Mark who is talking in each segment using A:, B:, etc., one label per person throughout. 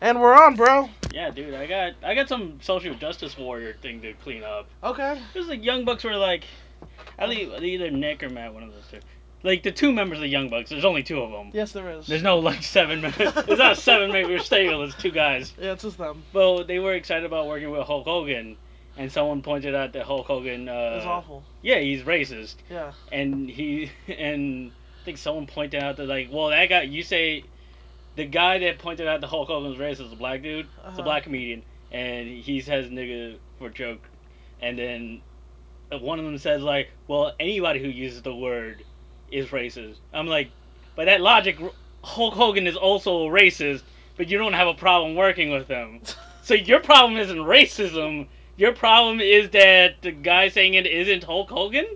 A: And we're on, bro.
B: Yeah, dude, I got I got some social justice warrior thing to clean up.
A: Okay.
B: It was like Young Bucks were like, I think either Nick or Matt, one of those two. Like the two members of the Young Bucks. There's only two of them.
A: Yes, there is.
B: There's no like seven. members. There's not seven member stable. It's two guys.
A: Yeah, it's just them.
B: Well, they were excited about working with Hulk Hogan, and someone pointed out that Hulk Hogan. Uh,
A: it's awful.
B: Yeah, he's racist,
A: Yeah.
B: and he and I think someone pointed out that like, well, that guy you say, the guy that pointed out the Hulk Hogan was racist is a black dude. It's
A: Uh-huh.
B: a black comedian, and he says nigga for joke, and then one of them says like, well, anybody who uses the word is racist. I'm like, by that logic, Hulk Hogan is also a racist, but you don't have a problem working with him. So your problem isn't racism. Your problem is that the guy saying it isn't Hulk Hogan.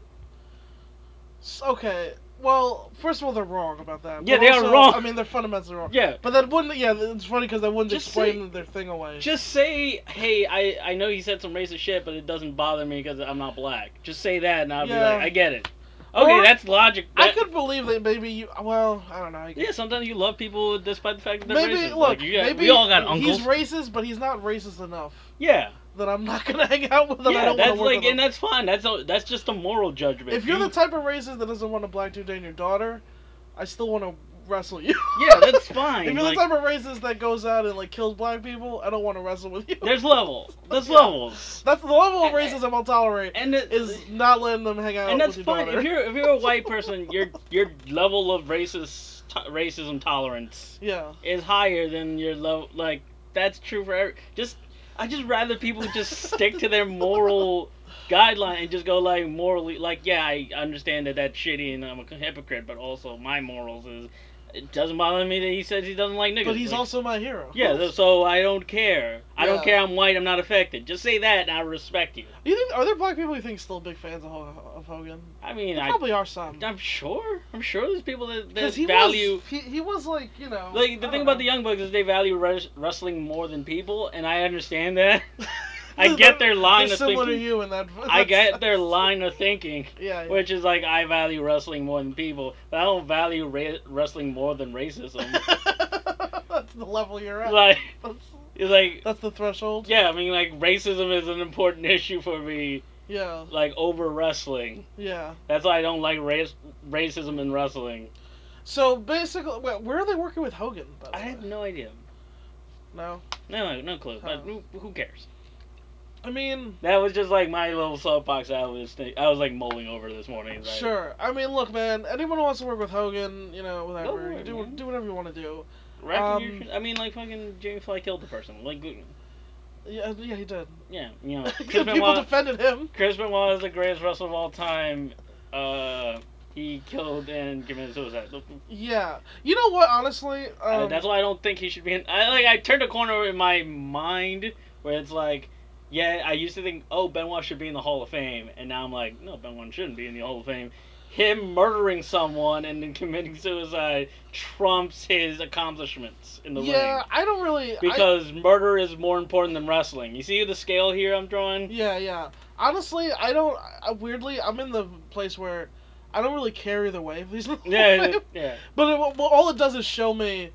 A: S- Okay. Well, first of all, they're wrong about that.
B: Yeah,
A: But
B: they are
A: also,
B: wrong.
A: I mean, they're fundamentally wrong.
B: Yeah.
A: But that wouldn't. Yeah, it's funny because that wouldn't
B: Just
A: explain
B: say-
A: their thing away.
B: Just say, hey, I, I know he said some racist shit, but it doesn't bother me because I'm not black. Just say that, and I'll
A: Yeah.
B: be like, I get it. Okay,
A: Or-
B: that's logic.
A: I
B: that-
A: could believe that maybe you. Well, I don't know. I guess.
B: Yeah, sometimes you love people despite the fact that they're
A: Maybe
B: racist.
A: look.
B: Like, you got-
A: maybe
B: we all got uncles.
A: He's racist, but he's not racist enough
B: yeah,
A: that I'm not gonna hang out with him. I
B: yeah,
A: don't want to
B: that's
A: work
B: like,
A: with him.
B: and that's fine. That's a, that's just a moral judgment.
A: If you're
B: You-
A: the type of racist that doesn't want a black dude dating your daughter, I still want to wrestle you.
B: yeah, that's fine.
A: if you're
B: like,
A: the type of racist that goes out and like kills black people, I don't want to wrestle with you.
B: there's levels. There's
A: Yeah.
B: levels.
A: That's the level of
B: And-
A: racism I'll tolerate
B: And it,
A: is not letting them hang out
B: and that's
A: with your
B: fine.
A: daughter.
B: If you're if you're a white person, your your level of racist to- racism tolerance
A: yeah.
B: is higher than your low. Like that's true for every. Just I just rather people just stick to their moral guideline and just go like morally. Like yeah, I understand that that's shitty and I'm a hypocrite, but also my morals is it doesn't bother me that he says he doesn't like niggas.
A: But he's
B: Like,
A: also my hero.
B: yeah, th- so I don't care. I
A: Yeah.
B: don't care. I'm white. I'm not affected. Just say that, and I respect you.
A: You think are there black people you think still big fans of, Ho- of Hogan?
B: I mean,
A: There
B: I,
A: probably are some.
B: I'm sure. I'm sure there's people that, that
A: Because he
B: value.
A: was he, he was like you know
B: Like the
A: I
B: thing
A: don't
B: about the
A: know.
B: young bucks is they value res- wrestling more than people, and I understand that. I get their line
A: They're
B: of
A: similar to
B: thinking.
A: you in that.
B: I get their line of thinking,
A: Yeah. yeah.
B: which is like I value wrestling more than people, but I don't value ra- wrestling more than racism.
A: that's the level you're at.
B: like,
A: That's,
B: it's like
A: that's the threshold.
B: yeah, I mean like racism is an important issue for me,
A: Yeah.
B: like over wrestling.
A: Yeah.
B: That's why I don't like race racism in wrestling.
A: So basically, wait, where are they working with Hogan? By the
B: I
A: way?
B: have no idea.
A: No.
B: No, no clue. But
A: Huh.
B: who, who cares?
A: I mean,
B: That was just like my little soapbox I was think- I was like mulling over this morning. Like,
A: sure. I mean, look, man. Anyone who wants to work with Hogan, you know, whatever.
B: for it,
A: do
B: man.
A: do whatever you want to do.
B: um, Retribution. I mean, like fucking Jerry Fly killed the person. Like,
A: Yeah, yeah, he did.
B: yeah, you know, Oh, Chris
A: Because people
B: Benoit.
A: defended him.
B: Chris Benoit is the greatest wrestler of all time. Uh, he killed and committed suicide. Look,
A: Yeah. You know what? Honestly, um,
B: I- that's why I don't think he should be. In, I like I turned a corner in my mind where it's like, yeah, I used to think, oh, Benoit should be in the Hall of Fame, and now I'm like, no, Benoit shouldn't be in the Hall of Fame. Him murdering someone and then committing suicide trumps his accomplishments in the
A: yeah,
B: ring.
A: I don't really. I-
B: Because murder is more important than wrestling. You see the scale here I'm drawing?
A: yeah, yeah. Honestly, I don't. I, weirdly, I'm in the place where I don't really care either way. If he's in the Hall of
B: Yeah,
A: Fame.
B: yeah,
A: But it, well, all it does is show me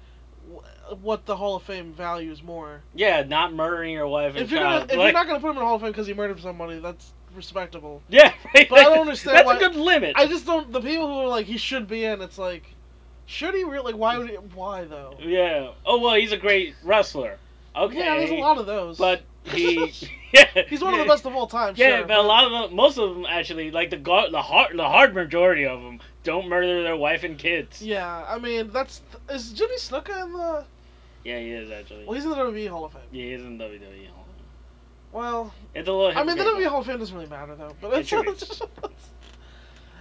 A: wh- what the Hall of Fame values more.
B: yeah. Not murdering your wife and
A: If you're gonna,
B: child.
A: if you're
B: like-
A: not gonna put him in the Hall of Fame because he murdered somebody, that's respectable.
B: yeah, right,
A: But I don't
B: like,
A: understand
B: That's
A: why-
B: a good limit.
A: I just don't. The people who are like he should be in, it's like, should he really? Like, why would he? Why though?
B: yeah. Oh well, he's a great wrestler. Okay.
A: Yeah, there's a lot of those.
B: But he. yeah.
A: he's one of the best of all time.
B: Yeah,
A: sure,
B: but a lot of them, most of them actually, like the gar- the hard, the hard majority of them, don't murder their wife and kids. Yeah,
A: Yeah, I mean that's is Jimmy Snuka in the?
B: he is actually.
A: Well, he's in the WWE Hall of Fame.
B: yeah, he's in WWE.
A: Well,
B: It's a little.
A: I mean E, the
B: hypocritical.
A: WWE Hall of Fame doesn't really matter though. But
B: It
A: it's,
B: should be. Uh,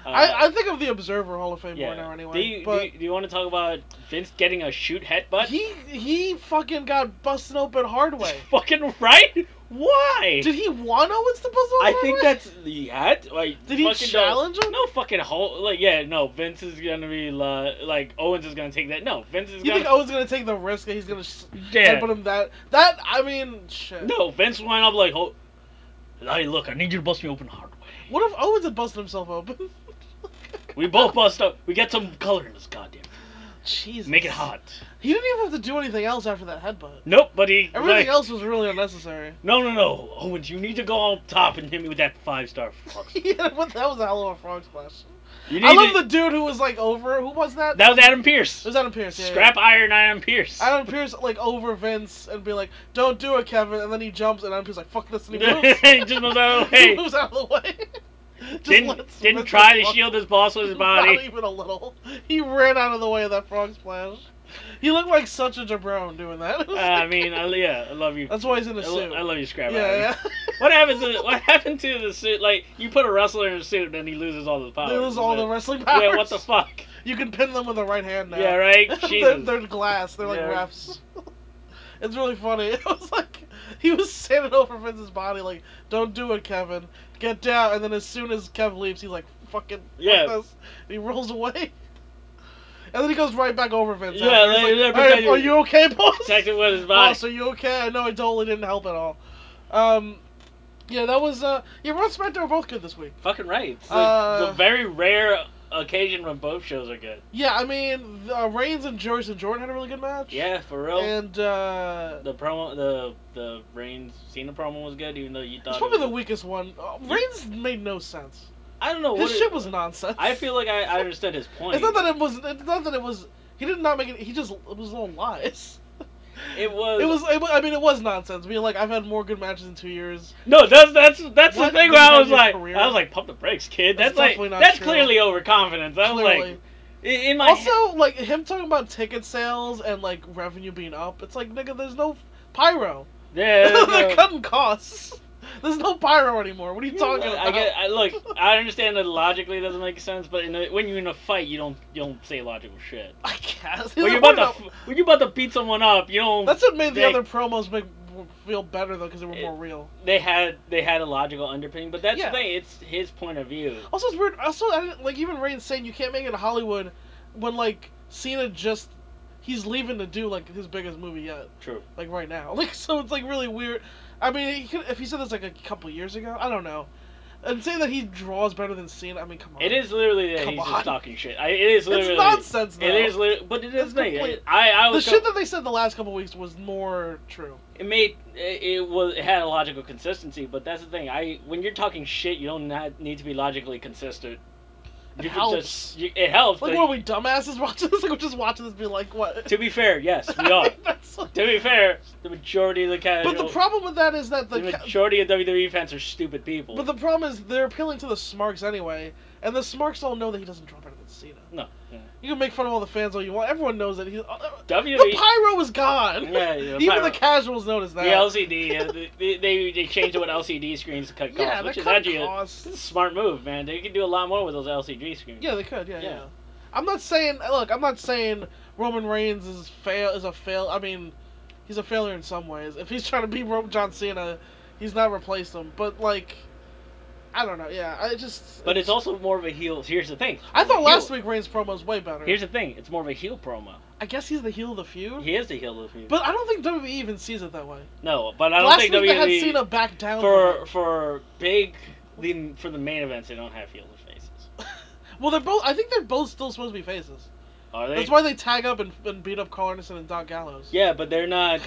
A: I, I think of the Observer Hall of Fame more now anyway.
B: Do you,
A: but
B: do, you, do you want to talk about Vince getting a shoot headbutt?
A: he he fucking got busted open hard way.
B: fucking right. Why?
A: Did he want Owens to bust open
B: I
A: hard
B: think
A: way?
B: that's the hat. Like,
A: Oh, Did he
B: fucking
A: challenge
B: no,
A: him?
B: No fucking whole. Like, yeah, no. Vince is gonna be li- like Owens is gonna take that. No, Vince is
A: You
B: gonna.
A: think Owens gonna take the risk and he's gonna s
B: yeah.
A: put him that? That I mean, shit.
B: No, Vince went up like, oh, hey, look, I need you to bust me open hard way.
A: What if Owens had busted himself open?
B: We both bust up. We get some color in this goddamn.
A: Jesus.
B: Make it hot.
A: He didn't even have to do anything else after that headbutt.
B: Nope, but he
A: Everything
B: like,
A: else was really unnecessary.
B: No, no, no, Owens, you need to go up top and hit me with that five star frog. splash.
A: yeah, what, that was a hell of a frog splash.
B: You need
A: I love
B: to-
A: the dude who was like over. Who was that?
B: That was Adam Pierce.
A: It was Adam Pierce. Yeah,
B: Scrap iron, Adam Pierce.
A: Yeah. Adam Pierce like over Vince and be like, "Don't do it, Kevin," and then he jumps and Adam Pierce like, "Fuck this," and he moves.
B: He just oh, moves out of the
A: He
B: way.
A: moves out of the way. Just
B: Didn't
A: lets
B: didn't
A: Vince
B: try to
A: walk-
B: shield his boss with his
A: Not
B: body.
A: even a little. He ran out of the way of that frog splash. He looked like such a jabron doing that. It
B: Uh,
A: was
B: I
A: like-
B: mean, I, yeah, I love you.
A: that's why he's in
B: I,
A: a
B: lo-
A: suit.
B: I love you, Scrap Iron.
A: yeah,
B: What happened to what happened to the suit? Like you put a wrestler in a suit, and then he loses all his
A: yeah.
B: powers.
A: They lose all the wrestling powers.
B: Oh, Yeah, what the fuck?
A: You can pin them with the right hand now.
B: Yeah, right.
A: they're,
B: Jesus.
A: they're glass. They're like
B: Yeah.
A: refs. it's really funny. It was like he was standing over Vince's body, like, "Don't do it, Kevin. Get down." And then as soon as Kev leaves, he's like, "Fucking fuck
B: Yeah.
A: this," and he rolls away. And then he goes right back over Vince.
B: Yeah,
A: after. He's
B: they- they're
A: like, "Hey,
B: protecting-
A: are you okay, boss?
B: Protected with his body.
A: boss, are you okay? I know I totally didn't help at all. Um, yeah, that was uh, yeah, Raw and SmackDown were both good this week.
B: Fucking right. It's the,
A: Uh,
B: the very rare occasion when both shows are good.
A: Yeah, I mean, uh, Reigns and Jordan Jordan had a really good match.
B: Yeah, for real.
A: And uh,
B: the promo, the the Reigns Cena promo was good, even though you thought
A: It's
B: it
A: probably the
B: was-
A: weakest one. Uh, Reigns made no sense.
B: I don't know
A: His
B: Oh, what it-
A: shit was nonsense.
B: I feel like I, I understood his point.
A: it's not that it was. It's not that it was. He did not make it. He just it was all lies.
B: it was.
A: It was. It, wa- I mean, it was nonsense. Being like, I've had more good matches in two years.
B: No, that's that's that's
A: What
B: the thing where I
A: does
B: was
A: that
B: like,
A: mean, career?
B: I was like, pump the brakes, kid.
A: That's
B: That's, like
A: definitely not
B: that's
A: true.
B: clearly overconfidence. I was
A: Clearly.
B: like, in, in my head-
A: also, like him talking about ticket sales and like revenue being up. It's like, nigga, there's no pyro.
B: yeah,
A: They're
B: no.
A: cutting costs. There's no pyro anymore. What are you
B: Yeah,
A: talking
B: I-
A: about?
B: I get. I, look, I understand that logically it doesn't make sense, but in a, when you're in a fight, you don't you don't say logical shit.
A: I guess.
B: When you're about to f- when you're about to beat someone up, you don't.
A: That's what made the
B: They-
A: other promos make feel better though, because they were
B: It-
A: more real.
B: they had they had a logical underpinning, but that's
A: Yeah.
B: the thing. It's his point of view.
A: Also, it's weird. Also, I didn't, like even Reigns saying you can't make it to Hollywood when like Cena just he's leaving to do like his biggest movie yet,
B: True.
A: like right now. Like so, it's like really weird. I mean, he could, if he said this like a couple years ago, I don't know. And saying that he draws better than Cena, I mean, come on.
B: It is literally that
A: Come
B: he's
A: on.
B: just talking shit. I, it is literally.
A: It's nonsense. Though.
B: It is, lit- but it is
A: That's
B: the thing.
A: complete-
B: I, I
A: The
B: was
A: shit that they said the last couple weeks was more true.
B: it made it, it was it had a logical consistency, but that's the thing. I when you're talking shit, you don't not need to be logically consistent.
A: It
B: You can
A: helps.
B: just- you- it helps.
A: Like,
B: but-
A: what are we dumbasses watching this? Like, we're just watching this, be like, what?
B: to be fair, yes, we are.
A: That's like-
B: to be fair, the majority of the casual,
A: But the problem with that is that
B: the
A: the, ca-
B: majority of WWE fans are stupid people.
A: But the problem is they're appealing to the Smarks anyway, and the Smarks all know that he doesn't draw better than Cena.
B: no, yeah.
A: You can make fun of all the fans all you want. Everyone knows that he. uh, the
B: WWE.
A: pyro is gone.
B: Yeah, yeah,
A: Even
B: pyro.
A: the casuals notice
B: E, The
A: that.
B: LCD, uh, they, they they changed it with LCD screens to cut costs,
A: yeah,
B: which
A: they
B: is
A: could
B: actually a
A: cost-
B: smart move, man. They can do a lot more with those LCD screens.
A: Yeah, they could. Yeah, yeah.
B: Yeah.
A: I'm not saying. Look, I'm not saying Roman Reigns is fail is a fail. I mean, he's a failure in some ways. If he's trying to be Ro- John Cena, he's not replaced him. But like, I don't know. Yeah, I just.
B: But it's also more of a heel. Here's the thing.
A: I thought
B: Heel-
A: last week Reigns promo was way better.
B: Here's the thing. It's more of a heel promo.
A: I guess he's the heel of the feud.
B: He is the heel of the feud.
A: But I don't think WWE even sees it that way.
B: no, but I don't
A: Last
B: think
A: week
B: WWE
A: they had Cena back down.
B: for
A: from
B: for big the for the main events they don't have heel faces.
A: it. well, they're both. I think they're both still supposed to be faces.
B: Are they?
A: That's why they tag up and, and beat up Carl Anderson and Doc Gallows.
B: yeah, but they're not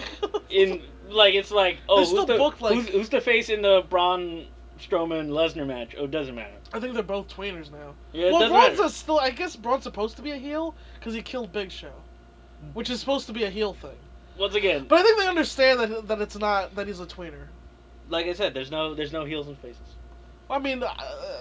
B: in like it's like oh
A: They're
B: who's
A: still
B: the
A: booked like-
B: who's, who's the face in the Braun Strowman Lesnar match? Oh, it doesn't matter.
A: I think they're both tweeners now.
B: Yeah, it
A: well,
B: doesn't
A: Braun's
B: matter.
A: a still. I guess Braun's supposed to be a heel because he killed Big Show, which is supposed to be a heel thing.
B: Once again,
A: But I think they understand that that it's not that he's a tweener.
B: like I said, there's no there's no heels and faces.
A: I mean, uh,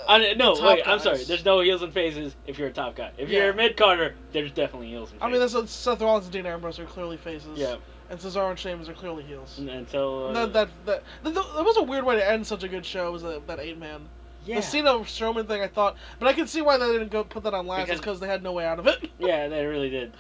B: I, no,
A: top
B: wait, I'm
A: guys.
B: sorry. There's no heels and faces if you're a top guy. If
A: Yeah.
B: you're a mid carder, there's definitely heels and
A: I
B: faces.
A: mean that's what Seth Rollins and Dean Ambrose are clearly faces.
B: yeah,
A: And Cesaro and Sheamus are clearly heels.
B: and, and so uh,
A: That, that, that, that, that was a weird way to end such a good show. Was that, that eight man?
B: yeah.
A: The Cena Strowman thing, I thought, but I can see why they didn't go put that on last,
B: Because-
A: because they had no way out of it.
B: Yeah, they really did.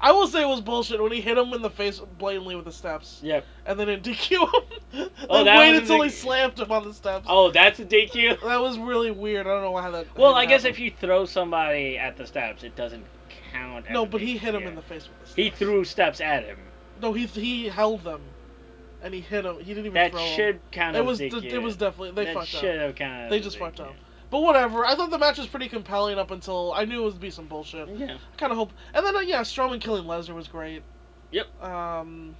A: I will say it was bullshit when he hit him in the face blatantly with the steps,
B: Yeah.
A: and then it DQ him.
B: Oh,
A: they
B: that
A: waited
B: was
A: until
B: the-
A: he slammed him on the steps.
B: Oh, that's a DQ.
A: That was really weird. I don't know why that.
B: Well, I guess if you throw somebody at the steps, it doesn't count. As
A: No,
B: a
A: but he
B: DQ.
A: hit him in the face with the steps.
B: He threw steps at him.
A: No, he he held them, and he hit him. He didn't even
B: That
A: throw him.
B: should count.
A: It
B: as
A: was
B: a
A: d-
B: DQ.
A: it was definitely they
B: that
A: fucked up.
B: should have counted. as
A: They
B: a
A: just fucked
B: DQ.
A: up. But whatever. I thought the match was pretty compelling up until I knew it would be some bullshit.
B: Yeah.
A: I kind of hope. And then uh, yeah, Strowman killing Lesnar was great.
B: Yep.
A: Um,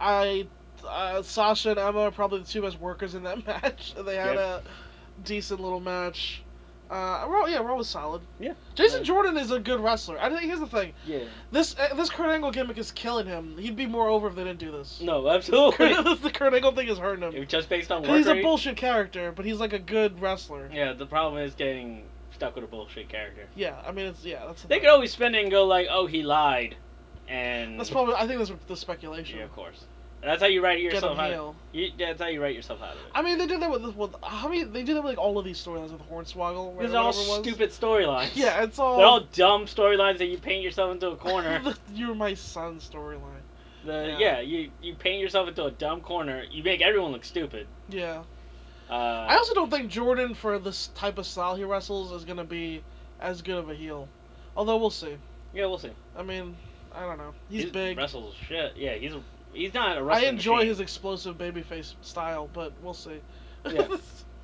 A: I uh, Sasha and Emma are probably the two best workers in that match. They had
B: Yep.
A: a decent little match. Uh, Raw, yeah, Raw was solid.
B: Yeah.
A: Jason
B: Uh,
A: Jordan is a good wrestler. I think here's the thing.
B: Yeah.
A: This uh, this Kurt Angle gimmick is killing him. He'd be more over if they didn't do this.
B: No, absolutely.
A: the Kurt Angle thing is hurting him.
B: If just based on
A: 'Cause
B: work
A: He's a
B: rate-
A: bullshit character, but he's like a good wrestler.
B: Yeah, the problem is getting stuck with a bullshit character.
A: Yeah, I mean it's yeah. That's the
B: They
A: thing.
B: could always spin it and go like, "Oh, he lied," and
A: That's probably I think that's the speculation.
B: yeah, of course. That's how you write
A: Get him
B: yourself out. Of,
A: heel.
B: you, that's how you write yourself out of it.
A: I mean they did that with this with how many they did that with like all of these storylines with Hornswoggle. Right,
B: These
A: or
B: are all
A: whatever it was.
B: stupid storylines.
A: Yeah, it's all.
B: They're all dumb storylines that you paint yourself into a corner.
A: You're my son storyline.
B: The,
A: Yeah.
B: yeah, you you paint yourself into a dumb corner. You make everyone look stupid.
A: Yeah.
B: Uh,
A: I also don't think Jordan, for this type of style he wrestles, is gonna be as good of a heel. Although we'll see.
B: yeah, we'll see.
A: I mean, I don't know. He's
B: He
A: big.
B: Wrestles shit. Yeah, he's he's not a
A: I
B: wrestling.
A: enjoy
B: machine.
A: his explosive babyface style, but we'll see.
B: Yeah.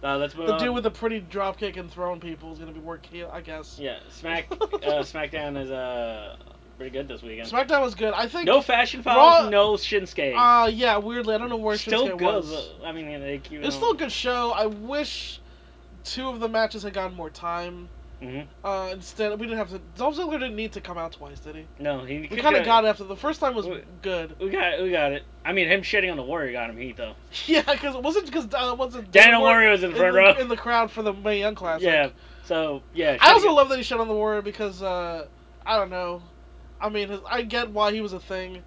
B: Uh, let's move
A: the
B: on.
A: dude with the pretty dropkick and throwing people is gonna be work heel, I guess.
B: yeah, Smack uh, SmackDown is uh pretty good this weekend.
A: SmackDown was good. I think.
B: No fashion files,
A: Raw-
B: no Shinsuke.
A: Uh, yeah. Weirdly, I don't know where
B: still
A: Shinsuke
B: good.
A: was.
B: but, I mean, they keep.
A: It's still a good show. I wish two of the matches had gotten more time.
B: hmm
A: Uh, instead, we didn't have to. Dolph Ziggler didn't need to come out twice, did he?
B: No, he.
A: We kind of got it after the first time was
B: We-
A: good.
B: We got. We got it. I mean, him shitting on the Warrior got him heat though.
A: Yeah, because it wasn't because uh, wasn't
B: Daniel
A: Warrior
B: Warrior was in
A: in
B: the front
A: the,
B: row.
A: in the crowd for the May Young Classic.
B: yeah. So yeah.
A: I
B: shitting
A: also
B: on-
A: love that he shit on the Warrior because uh, I don't know. I mean, his, I get why he was a thing,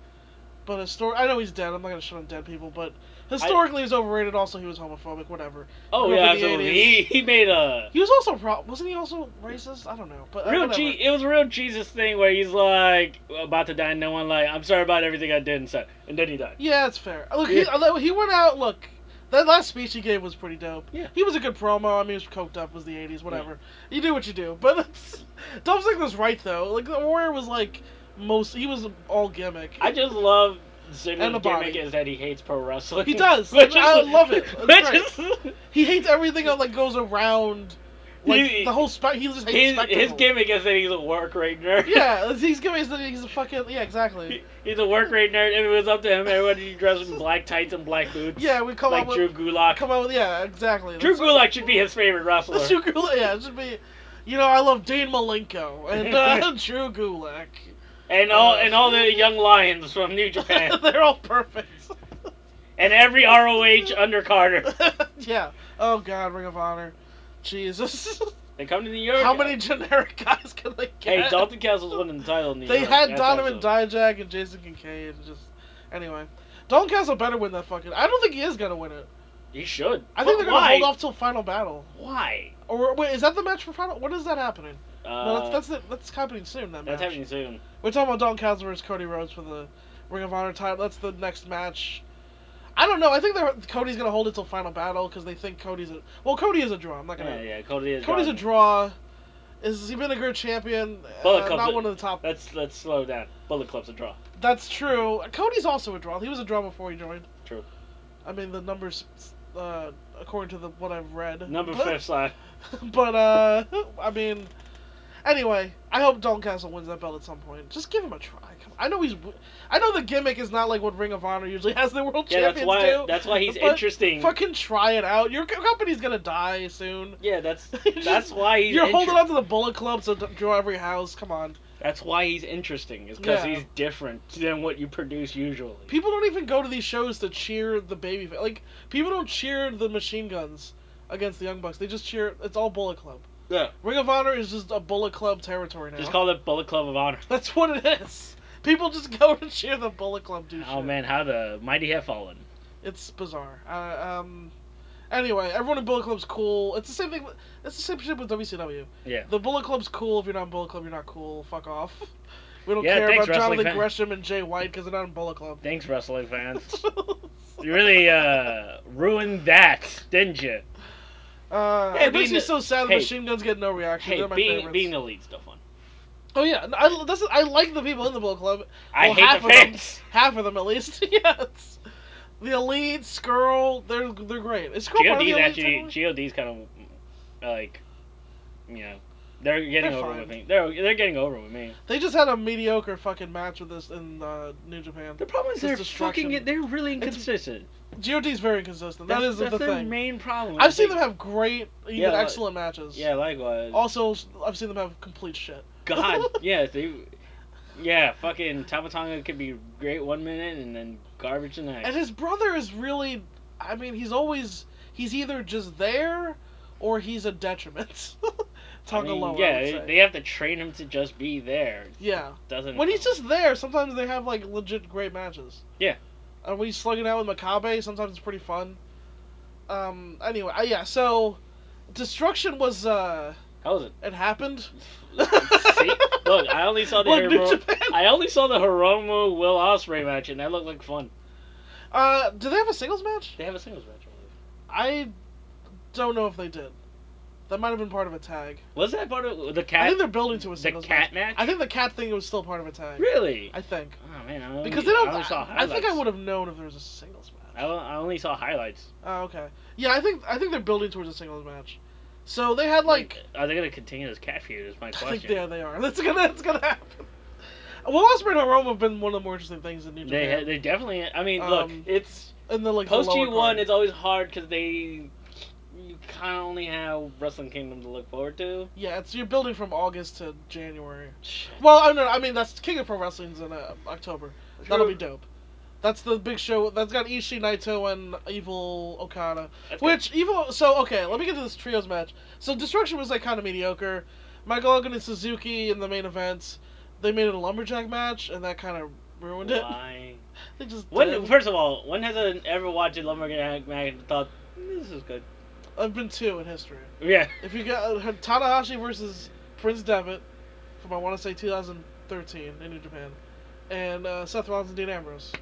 A: but his story. I know he's dead. I'm not gonna shit on dead people, but historically he's overrated. Also, he was homophobic. Whatever.
B: Oh
A: grew up
B: yeah,
A: in the
B: absolutely.
A: 80s.
B: He, he made a
A: He was also pro- wasn't he also racist? I don't know. But uh,
B: real
A: whatever.
B: G. It was a real Jesus thing where he's like about to die, and no one like, I'm sorry about everything I did and said, and then he died.
A: Yeah, it's fair. Look,
B: Yeah.
A: he, although he went out. Look, that last speech he gave was pretty dope.
B: Yeah.
A: He was a good promo. I mean, he was coked up. Was the '80s, whatever. You do what you do. But it's, Dolph Ziggler's right though. Like the Warrior was like most. He was all gimmick.
B: I just love
A: And the
B: Ziggler's
A: body.
B: gimmick is that he hates pro wrestling.
A: He does.
B: Which
A: I
B: is-
A: love it. It's
B: which
A: great.
B: is-
A: he hates everything that like goes around. Like
B: He-
A: the whole spec. He just hates
B: his,
A: spectacle.
B: his gimmick is that he's a work rate nerd.
A: Yeah, he's gimmick. He's, he's a fucking yeah, exactly.
B: He- He's a work rate nerd. If it was up to him, everybody dressed in black tights and black boots.
A: Yeah, we come
B: like
A: out with
B: Drew Gulak.
A: come out with yeah, exactly.
B: Drew
A: That's-
B: Gulak should be his favorite wrestler.
A: Drew Gulak, yeah, it should be. You know, I love Dean Malenko and uh, Drew Gulak.
B: And
A: Uh,
B: all and all the young lions from New Japan.
A: They're all perfect.
B: and every ROH undercarder.
A: yeah. Oh God, Ring of Honor. Jesus.
B: They come to New York.
A: How many generic guys can they
B: Hey,
A: get?
B: Dalton Castle's winning the title in New
A: they
B: York.
A: had
B: That's
A: Donovan
B: awesome.
A: Dijak and Jason Kincaid. And just anyway, Don Castle better win that fucking. I don't think he is gonna win it.
B: He should.
A: I think
B: But
A: they're
B: why?
A: gonna hold off till final battle.
B: Why?
A: Or wait, is that the match for final? When is that happening?
B: Uh,
A: no, that's that's, that's happening soon. That match.
B: that's happening soon.
A: We're talking about Don Castle versus Cody Rhodes for the Ring of Honor title. That's the next match. I don't know. I think they're, Cody's gonna hold it till Final Battle because they think Cody's a well. Cody is a draw. I'm not
B: Yeah,
A: gonna.
B: yeah, Cody is.
A: Cody's a draw.
B: driving.
A: Is he been a good champion?
B: Bullet
A: Uh,
B: Club's
A: not
B: a-
A: one of the top.
B: Let's let's slow down. Bullet Club's a draw.
A: That's true. Cody's also a draw. He was a draw before he joined.
B: True.
A: I mean the numbers, uh, according to the what I've read.
B: Number
A: but,
B: five slide.
A: But uh, I mean, anyway, I hope Don Castle wins that belt at some point. Just give him a try. Come- I know he's, w- I know the gimmick is not like what Ring of Honor usually has the world
B: Yeah,
A: champions
B: that's why.
A: do.
B: That's why he's
A: but
B: interesting.
A: Fucking try it out. Your co- company's gonna die soon.
B: Yeah, that's
A: Just-
B: that's why he's.
A: You're
B: inter-
A: holding on to the Bullet Club to d- draw every house. Come on.
B: That's why he's interesting. Is because
A: Yeah.
B: he's different than what you produce usually.
A: People don't even go to these shows to cheer the baby. Like people don't cheer the machine guns against the Young Bucks. They just cheer. It's all Bullet Club.
B: Yeah.
A: Ring of Honor is just a Bullet Club territory now.
B: Just call it Bullet Club of Honor.
A: That's what it is. People just go to cheer the Bullet Club do
B: Oh
A: shit.
B: man, how the mighty have fallen.
A: It's bizarre. Uh, um, anyway, everyone in Bullet Club's cool. It's the same thing. with- It's the same shit with WCW.
B: Yeah.
A: The Bullet Club's cool. If you're not in Bullet Club, you're not cool. Fuck off. We don't
B: Yeah,
A: care
B: thanks,
A: about Jonathan
B: wrestling fan.
A: Gresham and Jay White because they're not in Bullet Club.
B: Thanks, wrestling fans. You really uh ruined that, didn't you?
A: Uh,
B: Yeah,
A: it makes
B: being
A: me
B: the-
A: so sad.
B: hey.
A: the machine guns get no reaction.
B: Hey,
A: They're my
B: being
A: favorites.
B: being the lead stuff fun.
A: Oh yeah, no, I, that's, I like the people in the Bullet Club.
B: I
A: Well, half
B: hate
A: of
B: the
A: them-
B: fans.
A: Half of them, at least. yes. The Elite, Skrull, they're they're great. Is Skrull part of the
B: God's
A: Elite?
B: actually
A: technically?
B: God's kind of like you know They're getting
A: They're
B: over
A: fine.
B: with me. They're they're getting over with me.
A: They just had a mediocre fucking match with this in uh, New Japan.
B: The problem is
A: This
B: they're
A: destruction.
B: fucking they're really
A: It's-
B: inconsistent.
A: GOD's very consistent. That
B: that's,
A: is
B: that's
A: the
B: their
A: thing.
B: main problem.
A: I've
B: is
A: seen
B: they-
A: them have great, even
B: Yeah, like-
A: excellent matches.
B: Yeah, likewise.
A: Also, I've seen them have complete shit.
B: God, yeah, they, yeah, fucking Tamatanga could be great one minute and then garbage the next.
A: And his brother is really, I mean, he's always, he's either just there or he's a detriment.
B: I
A: Tonga
B: mean,
A: Loa, I
B: yeah,
A: would
B: they-
A: say.
B: they have to train him to just be there.
A: yeah.
B: Doesn't
A: When he's just there, sometimes they have like legit great matches.
B: Yeah.
A: And when he's slugging out with Makabe, sometimes it's pretty fun. Um. Anyway, uh, yeah. So, destruction was uh,
B: How was it?
A: it happened.
B: See? Look, I only saw the
A: What, New
B: Hiromu,
A: Japan?
B: I only saw the Hiromu Will Osprey match and that looked like fun.
A: Uh, do they have a singles match?
B: They have a singles match. I believe.
A: I don't know if they did. That might have been part of a tag.
B: Was that part of the
A: I
B: cat?
A: think they're building to a
B: the
A: singles
B: cat match.
A: I think the cat thing was still part of a tag.
B: really.
A: I think
B: oh man, I only,
A: because they don't.
B: I,
A: I,
B: only saw
A: I think I
B: highlights.
A: would have known if there was a singles match.
B: I, I only saw highlights.
A: Oh, okay. Yeah, I think I think they're building towards a singles match. So they had like
B: are they gonna continue this cat feud? Is my
A: I think
B: question.
A: yeah they are. That's gonna that's gonna happen. Well, Osprey and Hiromu have been one of the more interesting things in New
B: They
A: Japan.
B: ha- they definitely. I mean, look,
A: Um,
B: it's
A: and then like the
B: post
A: lower
B: G one.
A: card.
B: It's always hard because they you kind of only have Wrestling Kingdom to look forward to.
A: yeah, it's you're building from August to January. Well, I no, I mean that's King of Pro Wrestling's in uh, October. That'll be dope. That's the big show. That's got Ishii, Naito, and Evil Okada.
B: That's good.
A: Which evil? So okay, let me get to this trios match. So destruction was like kind of mediocre. Michael Hogan and Suzuki in the main event. They made it a lumberjack match, and that kind of ruined it.
B: Why?
A: They just
B: When,
A: did.
B: first of all, when has anyone ever watched a lumberjack match and thought this is good?
A: I've been two in history.
B: Yeah,
A: If you got uh, Tanahashi versus Prince Devitt from I want to say 2013 in New Japan, and uh, Seth Rollins and Dean Ambrose.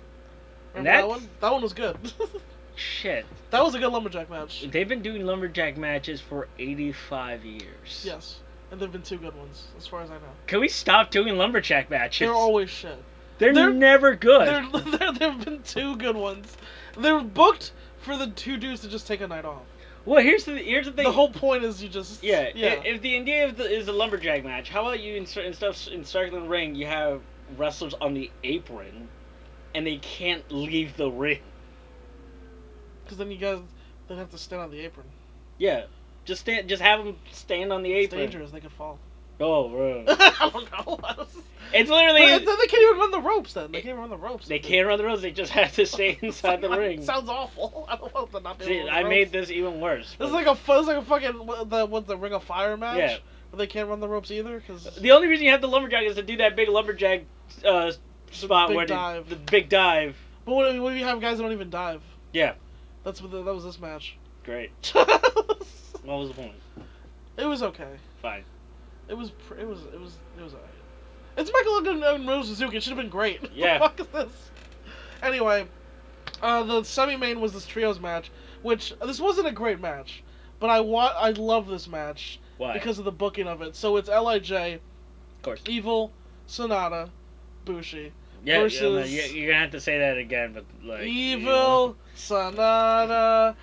B: And
A: Remember that
B: that's-
A: one? That one was good.
B: shit.
A: that was a good lumberjack match.
B: They've been doing lumberjack matches for eighty-five years.
A: Yes, and there've been two good ones as far as I know.
B: Can we stop doing lumberjack matches?
A: They're always shit.
B: They're
A: they're-
B: never good.
A: There, there, there have been two good ones. They're booked for the two dudes to just take a night off.
B: Well, here's the here's the thing.
A: the whole point is you just
B: Yeah, i-
A: yeah.
B: If the idea of the, is a lumberjack match, how about you insert instead of encircling the ring, you have wrestlers on the apron, and they can't leave the ring.
A: Because then you guys they have to stand on the apron.
B: Yeah, just stand, just have them stand on the
A: It's
B: apron.
A: dangerous. They could fall.
B: Oh, bro,
A: I don't know.
B: it's
A: But
B: literally
A: then they can't even run the ropes. Then they can't even run the ropes.
B: they can't run the ropes. They just have to stay inside the ring.
A: Sounds awful. I don't want them not be able
B: See,
A: to run
B: I
A: the
B: made
A: ropes.
B: this even worse.
A: This is
B: but-
A: like a fu- this is like a fucking what- the what's the Ring of Fire match?
B: Yeah.
A: But they can't run the ropes either because
B: the only reason you have the lumberjack is to do that big lumberjack uh, spot
A: Big
B: where the-
A: dive.
B: the big dive.
A: but what, what do you have guys that don't even dive?
B: Yeah.
A: That's what the, that was this match.
B: Great.
A: it
B: What was the point?
A: was okay.
B: Fine.
A: It was pr- it was it was it was alright. It's Michael Ogden and Rose Suzuki. It should have been great.
B: Yeah.
A: what the fuck is this? Anyway, uh, the semi-main was this trios match, which uh, this wasn't a great match, but I want I love this match
B: Why?
A: because of the booking of it. So it's Lij,
B: of course.
A: Evil, Sonata, Bushi,
B: Yeah, yeah, no,
A: versus-
B: you- you're gonna have to say that again, but like you
A: Evil, Sonata,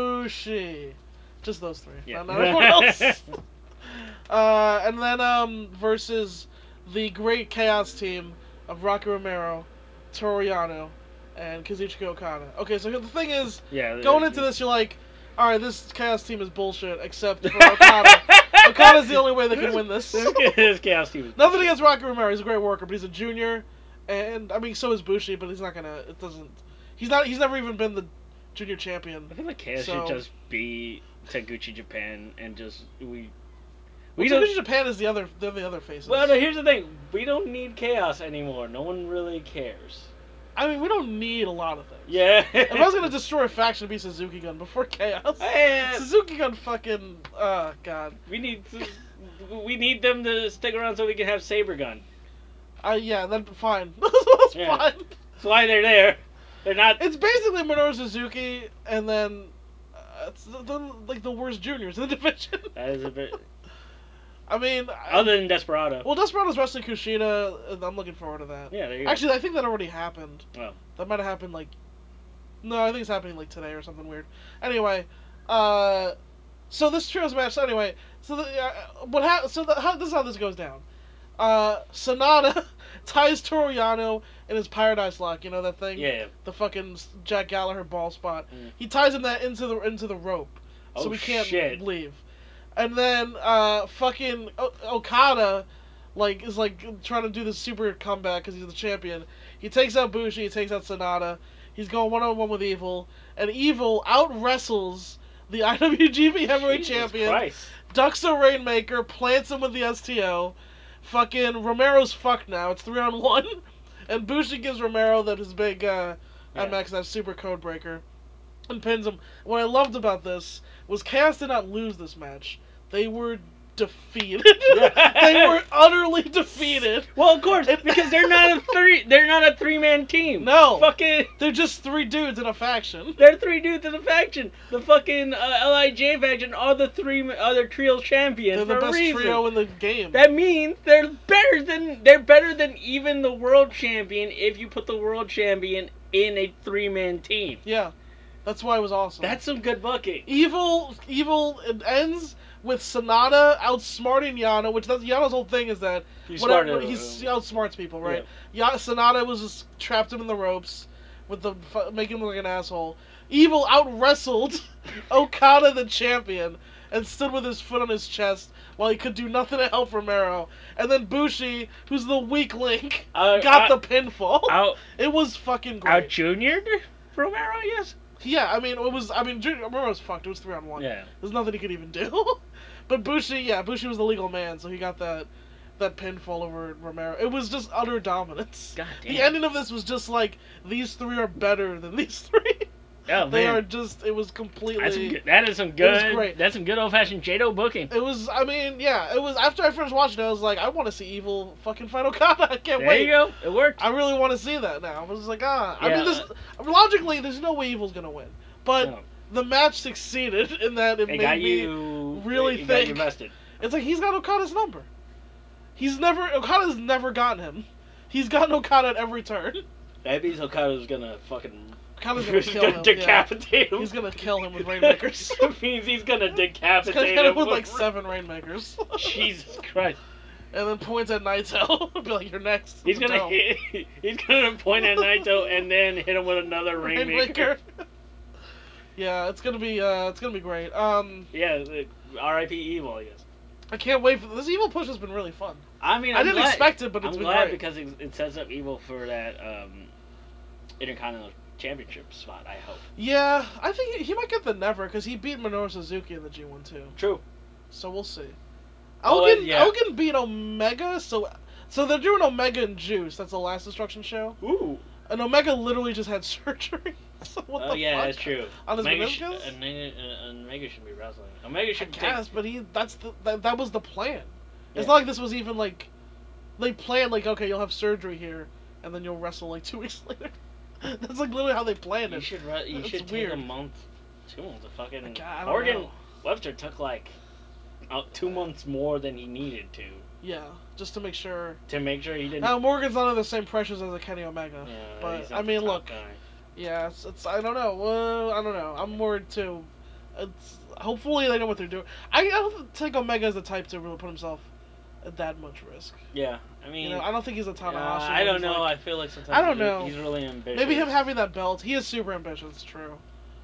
A: Bushi, just those three.
B: Yeah.
A: Not, not everyone else. Uh, and then um, versus the great Chaos team of Rocky Romero, Toriano, and Kazuchika Okada. Okay, so the thing is,
B: know. yeah,
A: going into this, you're like, all right, this Chaos team is bullshit, except for Okada. Okada's the only way they can win this.
B: This, this, this chaos team. is-
A: Nothing against Rocky Romero. He's a great worker, but he's a junior, and I mean, so is Bushi, but he's not gonna. It doesn't. He's not. He's never even been the junior champion.
B: I feel like chaos
A: So-
B: should just be Taguchi Japan and just we. We
A: We
B: don't.
A: Japan is the other. They're the other faces.
B: well, no, here's the thing. We don't need chaos anymore. No one really cares.
A: I mean, we don't need a lot of things.
B: Yeah.
A: If I was gonna destroy a faction, it'd be Suzuki Gun before Chaos.
B: Eh,
A: Suzuki Gun fucking. Oh, God.
B: we need to, we need them to stick around so we can have saber gun.
A: Uh, yeah, that'd be fine. That's
B: Yeah.
A: fine.
B: That's why they're there. They're not.
A: It's basically Minoru Suzuki and then. Uh, it's the, the, like the worst juniors in the division.
B: That is a bit.
A: I mean. I-
B: Other than Desperado.
A: well, Desperado's wrestling Kushida, and I'm looking forward to that.
B: yeah, there you go.
A: Actually, I think that already happened.
B: Oh.
A: That might have happened like. No, I think it's happening like today or something weird. Anyway, uh, so this trios match. So anyway, So the, uh, what hap- So the, how, this is how this goes down. Uh, Sonata ties Toriano in his Paradise Lock. You know that thing.
B: Yeah.
A: The fucking s- Jack Gallagher ball spot.
B: Mm.
A: He ties him that into the into the rope, so
B: Oh,
A: we can't
B: shit.
A: leave. And then uh, fucking o- Okada, like is like trying to do this super comeback because he's the champion. He takes out Bushi. He takes out Sonata. He's going one on one with Evil, and Evil out wrestles the IWGP Heavyweight
B: Jesus
A: Champion
B: Christ.
A: ducks a Rainmaker, plants him with the STO. Fucking Romero's fucked now. It's three on one. And Bushi gives Romero that his big uh,
B: Yeah.
A: MX, that super code breaker, and pins him. What I loved about this was Chaos did not lose this match. They were defeated. they were utterly defeated.
B: Well, of course, because they're not a three. They're not a three-man team.
A: No.
B: Fucking.
A: They're just three dudes in a faction.
B: They're three dudes in the faction. The fucking uh, Lij faction are the three m- other trio champions
A: They're the
B: for a
A: best
B: reason.
A: trio in the game.
B: That means they're better than they're better than even the world champion if you put the world champion in a three-man team.
A: yeah, that's why it was awesome.
B: That's some good booking.
A: Evil, evil it ends with Sonata outsmarting Yana, which that's, Yana's whole thing is that
B: He's
A: whatever
B: smarter
A: he
B: than-
A: outsmarts people, right? Yana, Sonata was just trapped him in the ropes with the fu- making him look like an asshole. Evil out wrestled Okada the champion and stood with his foot on his chest while he could do nothing to help Romero. And then Bushi, who's the weak link,
B: Uh,
A: got
B: I-
A: the pinfall.
B: out
A: it was fucking
B: out
A: great.
B: junior Romero. Yes.
A: Yeah, I mean it was. I mean Jun- Romero's fucked. It was three on one.
B: Yeah.
A: There's nothing he could even do. but Bushi, yeah, Bushi was the legal man, so he got that that pinfall over Romero. It was just utter dominance.
B: God damn.
A: The ending of this was just like these three are better than these three.
B: Oh
A: they
B: man.
A: are just. It was completely.
B: That's some good, that is some
A: was
B: good.
A: great.
B: That's some good old-fashioned Jado booking.
A: It was. I mean, yeah. It was after I finished watching. it, I was like, I want to see Evil fucking fight Okada. I can't
B: There
A: wait.
B: you go. It worked.
A: I really want to see that now. I was like, ah. I
B: Yeah.
A: mean, this logically, there's no way Evil's gonna win, but
B: No.
A: the match succeeded in that it,
B: It
A: made
B: Oh, got
A: me.
B: you
A: really
B: it got you
A: think-
B: invested.
A: It's like he's got Okada's number. He's never Okada's never gotten him. He's gotten Okada at every turn.
B: That means Okada's gonna fucking.
A: Okada's gonna
B: he's
A: kill
B: gonna
A: him. yeah.
B: decapitate him.
A: He's gonna kill him with rainmakers.
B: That means he's gonna
A: He's
B: decapitate
A: gonna hit him
B: him
A: with like seven rainmakers.
B: Jesus Christ.
A: And then points at Naito. be like, "You're next."
B: He's gonna
A: Go.
B: hit, he's gonna point at Naito and then hit him with another rainmaker.
A: rainmaker. yeah, it's gonna be uh, it's gonna be great. Um,
B: Yeah, the- R.I.P. Evil. I guess.
A: I can't wait for this. Evil push has been really fun.
B: I mean,
A: I
B: I'm
A: didn't
B: glad-
A: expect it, but it's been
B: I'm glad
A: great.
B: because it, it sets up Evil for that um, Intercontinental Championship spot. I hope.
A: Yeah, I think he, he might get the never because he beat Minoru Suzuki in the G1 too.
B: True.
A: So we'll see.
B: Oh,
A: Elgin,
B: and yeah.
A: Elgin beat Omega, so so they're doing Omega and Juice. That's the last destruction show.
B: Ooh.
A: And Omega literally just had surgery. so what
B: oh
A: the
B: yeah,
A: fuck?
B: that's true.
A: On his
B: Omega, sh-
A: meniscus?
B: Omega, uh, Omega should be wrestling. Omega
A: I
B: should take.
A: guess, but he that's the that, that was the plan.
B: Yeah.
A: It's not like this was even like they planned like okay, you'll have surgery here and then you'll wrestle like two weeks later. that's like literally how they planned
B: You
A: it.
B: should. Re- you
A: That's
B: should take a
A: weird.
B: month, two months. of fucking
A: Like, I don't
B: Morgan
A: know.
B: Webster took like uh, two months more than he needed to
A: Yeah, just to make sure.
B: to make sure he didn't.
A: Now Morgan's not under the same pressures as a Kenny Omega.
B: Yeah,
A: Um, but,
B: he's not
A: I
B: the
A: mean,
B: top
A: look,
B: guy.
A: Yeah, it's, it's I don't know. Well, I don't know. I'm worried too. It's hopefully they know what they're doing. I, I don't think Omega's the type to really put himself at that much risk.
B: Yeah, I mean,
A: You know, I don't think he's a
B: yeah,
A: Tanahashi.
B: I don't
A: He's
B: know.
A: like-
B: I feel like sometimes
A: I don't
B: he-
A: know.
B: He's really ambitious.
A: maybe him having that belt. He is super ambitious. It's true,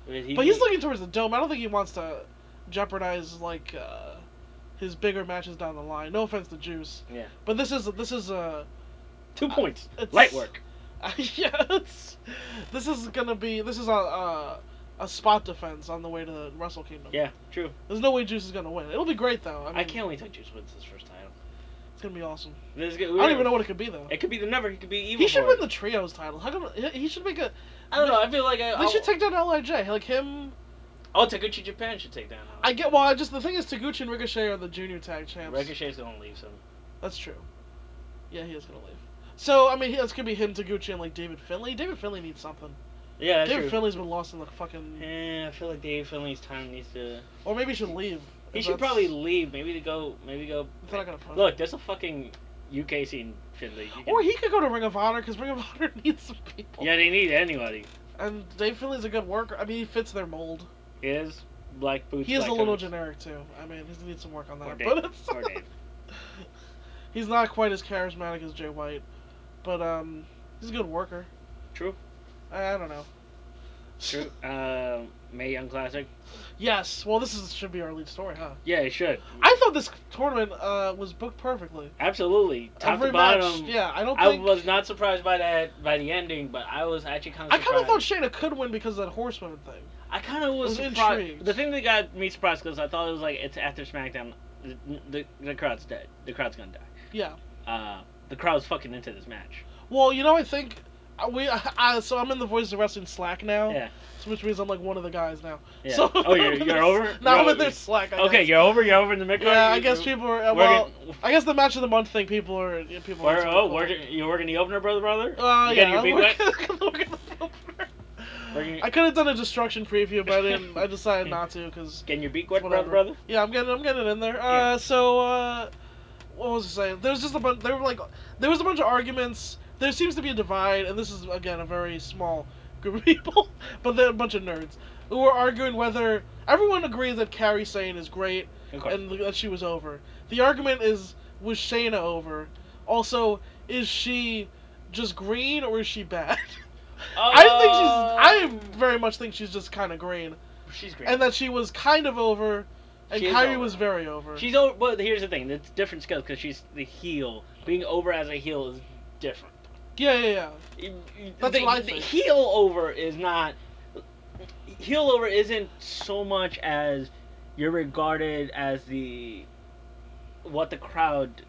B: he,
A: but he's looking towards the dome. I don't think he wants to jeopardize like uh, his bigger matches down the line. No offense to Juice.
B: Yeah.
A: But this is this is uh
B: two points.
A: it's-
B: Light work.
A: yeah it's, this is gonna be this is a, a a spot defense on the way to Wrestle Kingdom.
B: Yeah, true.
A: There's no way Juice is gonna win. It'll be great though. I,
B: I,
A: mean,
B: can't wait till Juice wins his first title.
A: It's gonna be awesome.
B: This is good.
A: I don't even know what it could be though.
B: It could be the never. He could be evil.
A: He should
B: for
A: win
B: it.
A: the trios title. How come he- he should make a?
B: I don't know. I feel like I.
A: They
B: I'll,
A: should take down Lij. Like him.
B: Oh, Taguchi Japan should take down.
A: I get. Well, I just the thing is Taguchi and Ricochet are the junior tag champs.
B: Ricochet's gonna leave soon.
A: That's true. Yeah, he is gonna leave. So I mean, he- it's gonna be him, Taguchi, and like David Finley. David Finley needs something.
B: Yeah, that's
A: David
B: true.
A: Finley's been lost in the fucking.
B: Yeah, Eh, I feel like Dave Finley's time needs to.
A: Or maybe he should leave.
B: He
A: if
B: should
A: that's-
B: probably leave. Maybe to go. Maybe go.
A: if they're not gonna put him.
B: Look, there's a fucking UK scene, Finley. You can-
A: Or he could go to Ring of Honor because Ring of Honor needs some people.
B: Yeah, they need anybody.
A: And Dave Finley's a good worker. I mean, he fits their mold.
B: He is black boots.
A: He is
B: black
A: a little
B: hoodies.
A: generic too. I mean, he needs some work on
B: Or
A: that.
B: Dave.
A: But it's,
B: Or Dave.
A: he's not quite as charismatic as Jay White, but um, he's a good worker.
B: True.
A: I, I don't know.
B: True. Uh, May Young Classic.
A: yes. Well, this is should be our lead story, huh?
B: Yeah, it should.
A: I thought this tournament uh, was booked perfectly.
B: Absolutely. Top
A: Every
B: to
A: match.
B: bottom.
A: Yeah, I don't
B: I
A: think.
B: was not surprised by that by the ending, but I was actually kind
A: I
B: of surprised.
A: kind of thought Shayna could win because of that horsewoman thing.
B: I kind of was,
A: was
B: surprised.
A: intrigued.
B: The thing that got me surprised because I thought it was like it's after SmackDown, the, the, the crowd's dead. The crowd's gonna
A: Yeah.
B: die. Uh, the crowd's fucking into this match.
A: Well, you know, I think uh, we. I, so I'm in the Voice of Wrestling Slack now,
B: Yeah.
A: so which means I'm like one of the guys now.
B: Yeah.
A: So
B: oh, you're, you're over.
A: Now I'm
B: You're
A: in their
B: over.
A: Slack. I
B: Okay,
A: guess.
B: you're over. You're over in the mid
A: Yeah, I guess people are. Uh, well, I guess the match of the month thing. People are. yeah, People.
B: Where,
A: are
B: oh, working, you're working the opener, brother, brother.
A: Oh
B: you getting
A: yeah,
B: your
A: I'm
B: feet wet?
A: working, working the opener.
B: Working-
A: I could have done a destruction preview, but I didn't. I decided not to because
B: Getting your beak wet,
A: Whatever.
B: brother, brother.
A: yeah, I'm getting I'm getting in there. Uh,
B: Yeah.
A: so uh, what was I saying? There was just a bunch. There were like there was a bunch of arguments. There seems to be a divide, and this is again a very small group of people, but they're a bunch of nerds who were arguing whether everyone agreed that Carrie Sane is great
B: Of course.
A: and that she was over. The argument is was Shayna over? Also, is she just green or is she bad?
B: Uh,
A: I think she's. I very much think she's just kind of green,
B: Um, She's great.
A: and that she was kind of over, and
B: She is
A: Kyrie
B: over.
A: was very over.
B: She's over. But here's the thing: it's different skills because she's the heel. Being over as a heel is different.
A: yeah, yeah, yeah. That's
B: the,
A: what I
B: the
A: think.
B: heel over is not. Heel over isn't so much as you're regarded as the what the crowd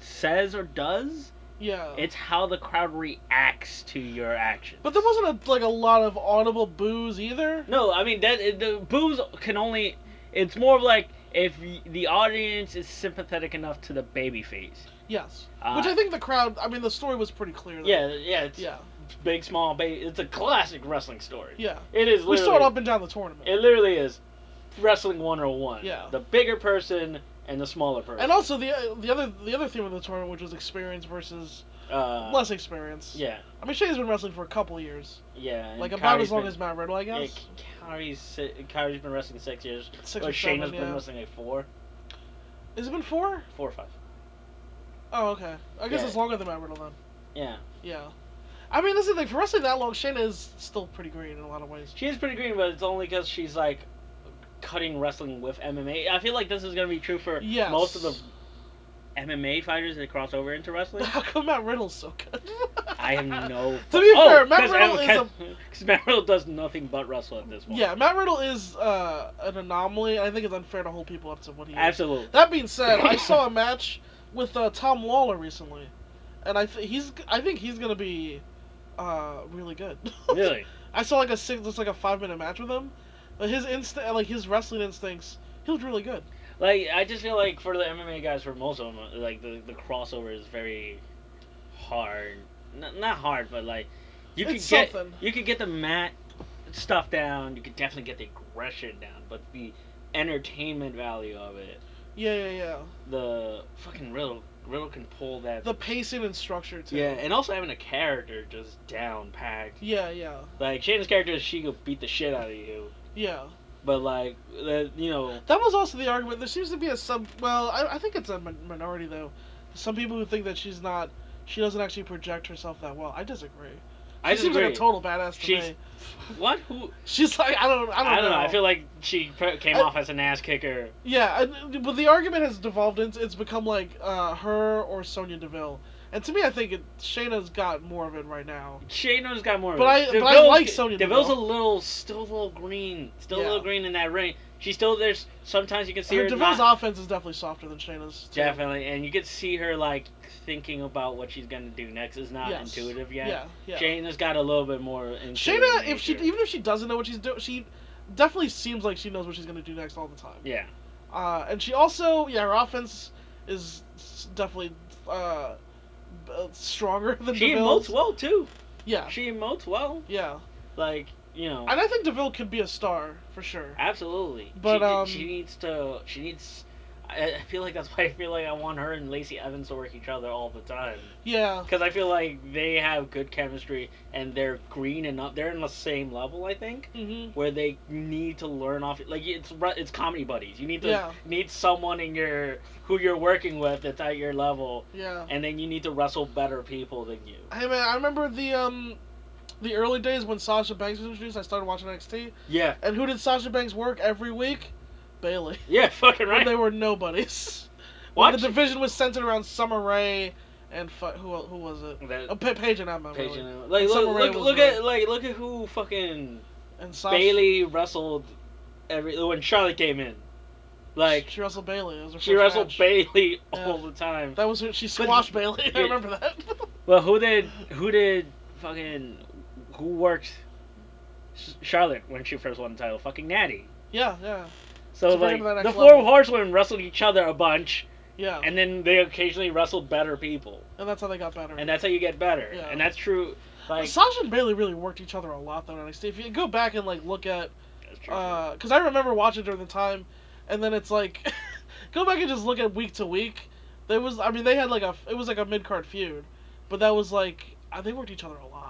B: says or does.
A: Yeah.
B: It's how the crowd reacts to your actions.
A: but there wasn't a, like a lot of audible boos either.
B: No, I mean that it- the boos can only. It's more of like if y- the audience is sympathetic enough to the baby face.
A: Yes.
B: Uh,
A: Which I think the crowd. I mean, the story was pretty clear.
B: Yeah, yeah, it's
A: Yeah.
B: big, small, baby. It's a classic wrestling story.
A: Yeah.
B: It is.
A: We saw it
B: literally-
A: up and down the tournament.
B: It literally is wrestling 101.
A: Yeah.
B: The bigger person and the smaller person.
A: and also the the other the other theme of the tournament, which was experience versus
B: uh,
A: less experience.
B: Yeah,
A: I mean, Shay's been wrestling for a couple of years,
B: yeah. and
A: like about
B: Kyrie's
A: as long
B: been-
A: as Matt Riddle, I
B: Yeah,
A: guess.
B: Kyrie's, si- Kyrie's been wrestling six years.
A: Six
B: or
A: or seven.
B: Shane has been
A: yeah.
B: wrestling like four,
A: Has it been four?
B: four or five.
A: Oh, okay. I guess
B: Yeah.
A: it's longer than Matt Riddle then.
B: Yeah.
A: Yeah. I mean, that's the thing. For wrestling that long, Shayna is still pretty green in a lot of ways.
B: She is pretty green, but it's only because she's like cutting wrestling with MMA. I feel like this is gonna be true for
A: Yes.
B: most of the MMA fighters that cross over into wrestling.
A: How come Matt Riddle's so good?
B: I have no.
A: To be
B: oh,
A: fair, Matt
B: 'cause
A: Riddle
B: Adam-
A: is a-
B: 'cause Matt Riddle does nothing but wrestle at this point.
A: Yeah, Matt Riddle is uh, an anomaly. I think it's unfair to hold people up to what he is.
B: Absolutely.
A: That being said, I saw a match with uh, Tom Lawler recently, and I th- he's I think he's gonna be uh, really good.
B: Really?
A: I saw like a six, just like a five minute match with him, but his instinct, like his wrestling instincts, he looked really good.
B: Like, I just feel like for the MMA guys, for most of them, like, the, the crossover is very hard. N- not hard, but, like, you could
A: It's
B: get
A: something.
B: you could get the mat stuff down, you could definitely get the aggression down, but the entertainment value of it,
A: Yeah, yeah, yeah.
B: the fucking Riddle, Riddle can pull that.
A: The pacing and structure too.
B: yeah, and also having a character just down packed.
A: Yeah, yeah,
B: Like, Shayna's character is she could beat the shit out of you,
A: yeah.
B: but, like, the, you know.
A: That was also the argument. There seems to be a sub. Well, I, I think it's a min- minority though. Some people who think that she's not, she doesn't actually project herself that well. I disagree. She
B: I
A: seems
B: disagree.
A: like a total badass to
B: She's-
A: me.
B: What? Who?
A: She's like I don't I don't, know.
B: I feel like she pr- came
A: I-
B: off as an ass kicker.
A: Yeah, and, but the argument has devolved into it's become like uh, her or Sonya Deville, and to me, I think it, Shayna's got more of it right now.
B: Shayna's got more. of
A: But
B: it.
A: I- but I
B: DeVille's-
A: like Sonya
B: DeVille's
A: Deville.
B: a little, still a little green, still a
A: Yeah.
B: little green in that ring. She still there's sometimes you can see her,
A: Her Deville's
B: not,
A: offense is definitely softer than Shayna's. too.
B: definitely, and you can see her like thinking about what she's gonna do next. It's not
A: Yes.
B: intuitive yet.
A: Yeah, yeah.
B: Shayna's got a little bit more. Intuitive
A: Shayna, if she
B: nature.
A: even if she doesn't know what she's doing, she definitely seems like she knows what she's gonna do next all the time.
B: yeah,
A: Uh, and she also, yeah, her offense is s- definitely uh, b- uh, stronger than
B: she
A: Deville's.
B: emotes well too.
A: Yeah,
B: She emotes well,
A: yeah,
B: like you know,
A: and I think Deville could be a star for sure.
B: absolutely.
A: But,
B: she,
A: um,
B: she needs to. She needs. I I feel like that's why I feel like I want her and Lacey Evans to work each other all the time.
A: Yeah.
B: Because I feel like they have good chemistry and they're green enough. They're on the same level, I think,
A: Mm-hmm.
B: where they need to learn off. Like it's ru- it's comedy buddies. You need to
A: Yeah.
B: need someone in your who you're working with that's at your level,
A: Yeah.
B: and then you need to wrestle better people than you.
A: Hey man, I remember the um, the early days when Sasha Banks was introduced. I started watching NXT,
B: Yeah,
A: and who did Sasha Banks work every week? Bailey.
B: yeah, fucking
A: When
B: right.
A: they were nobodies. When
B: What?
A: the division was centered around Summer Rae and fu- who el- who was it?
B: That-
A: Oh, pa- Paige and Emma.
B: Paige
A: really.
B: and-
A: And
B: Like look,
A: Summer Rae
B: look,
A: was
B: look
A: really-
B: at like look at who fucking
A: And Sasha.
B: Bailey wrestled every when Charlotte came in. Like
A: she wrestled Bailey. It was her
B: she
A: first
B: wrestled
A: match.
B: Bailey
A: Yeah.
B: all the time.
A: That was who she squashed Bailey. I
B: Yeah.
A: remember that.
B: Well, who did who did fucking who worked Sh- Charlotte when she first won the title? Fucking Natty.
A: yeah, yeah,
B: So
A: To bring it
B: like
A: to that next
B: the four
A: level.
B: horsewomen wrestled each other a bunch,
A: yeah. And,
B: and then they occasionally wrestled better people,
A: that's how they got better.
B: and that's how you get better.
A: Yeah.
B: And that's true. Like
A: Sasha and Bailey really worked each other a lot though in NXT. If you go back and like look at,
B: that's true.
A: because Uh, I remember watching during the time, and then it's like, go back and just look at week to week. There was, I mean, they had like a, it was like a mid card feud, but that was like uh, they worked each other a lot.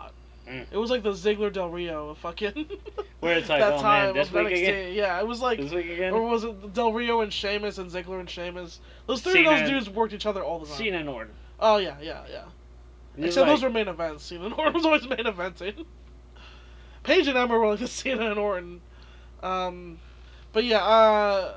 B: Mm.
A: It was like the Ziggler Del Rio of fucking.
B: Where it's like,
A: that
B: oh
A: time
B: man, this
A: of
B: week
A: NXT.
B: again,
A: Yeah, it was like
B: this week
A: Or
B: again,
A: was it Del Rio and Sheamus and Ziggler and Sheamus? Those three of those
B: Cena.
A: dudes worked each other all the time.
B: Cena and Orton.
A: Oh yeah, yeah, yeah.
B: This is
A: Except
B: like-
A: those were main events. Cena and Orton was always main eventing. Paige and Ember were like the Cena and Orton. Um, but yeah, uh,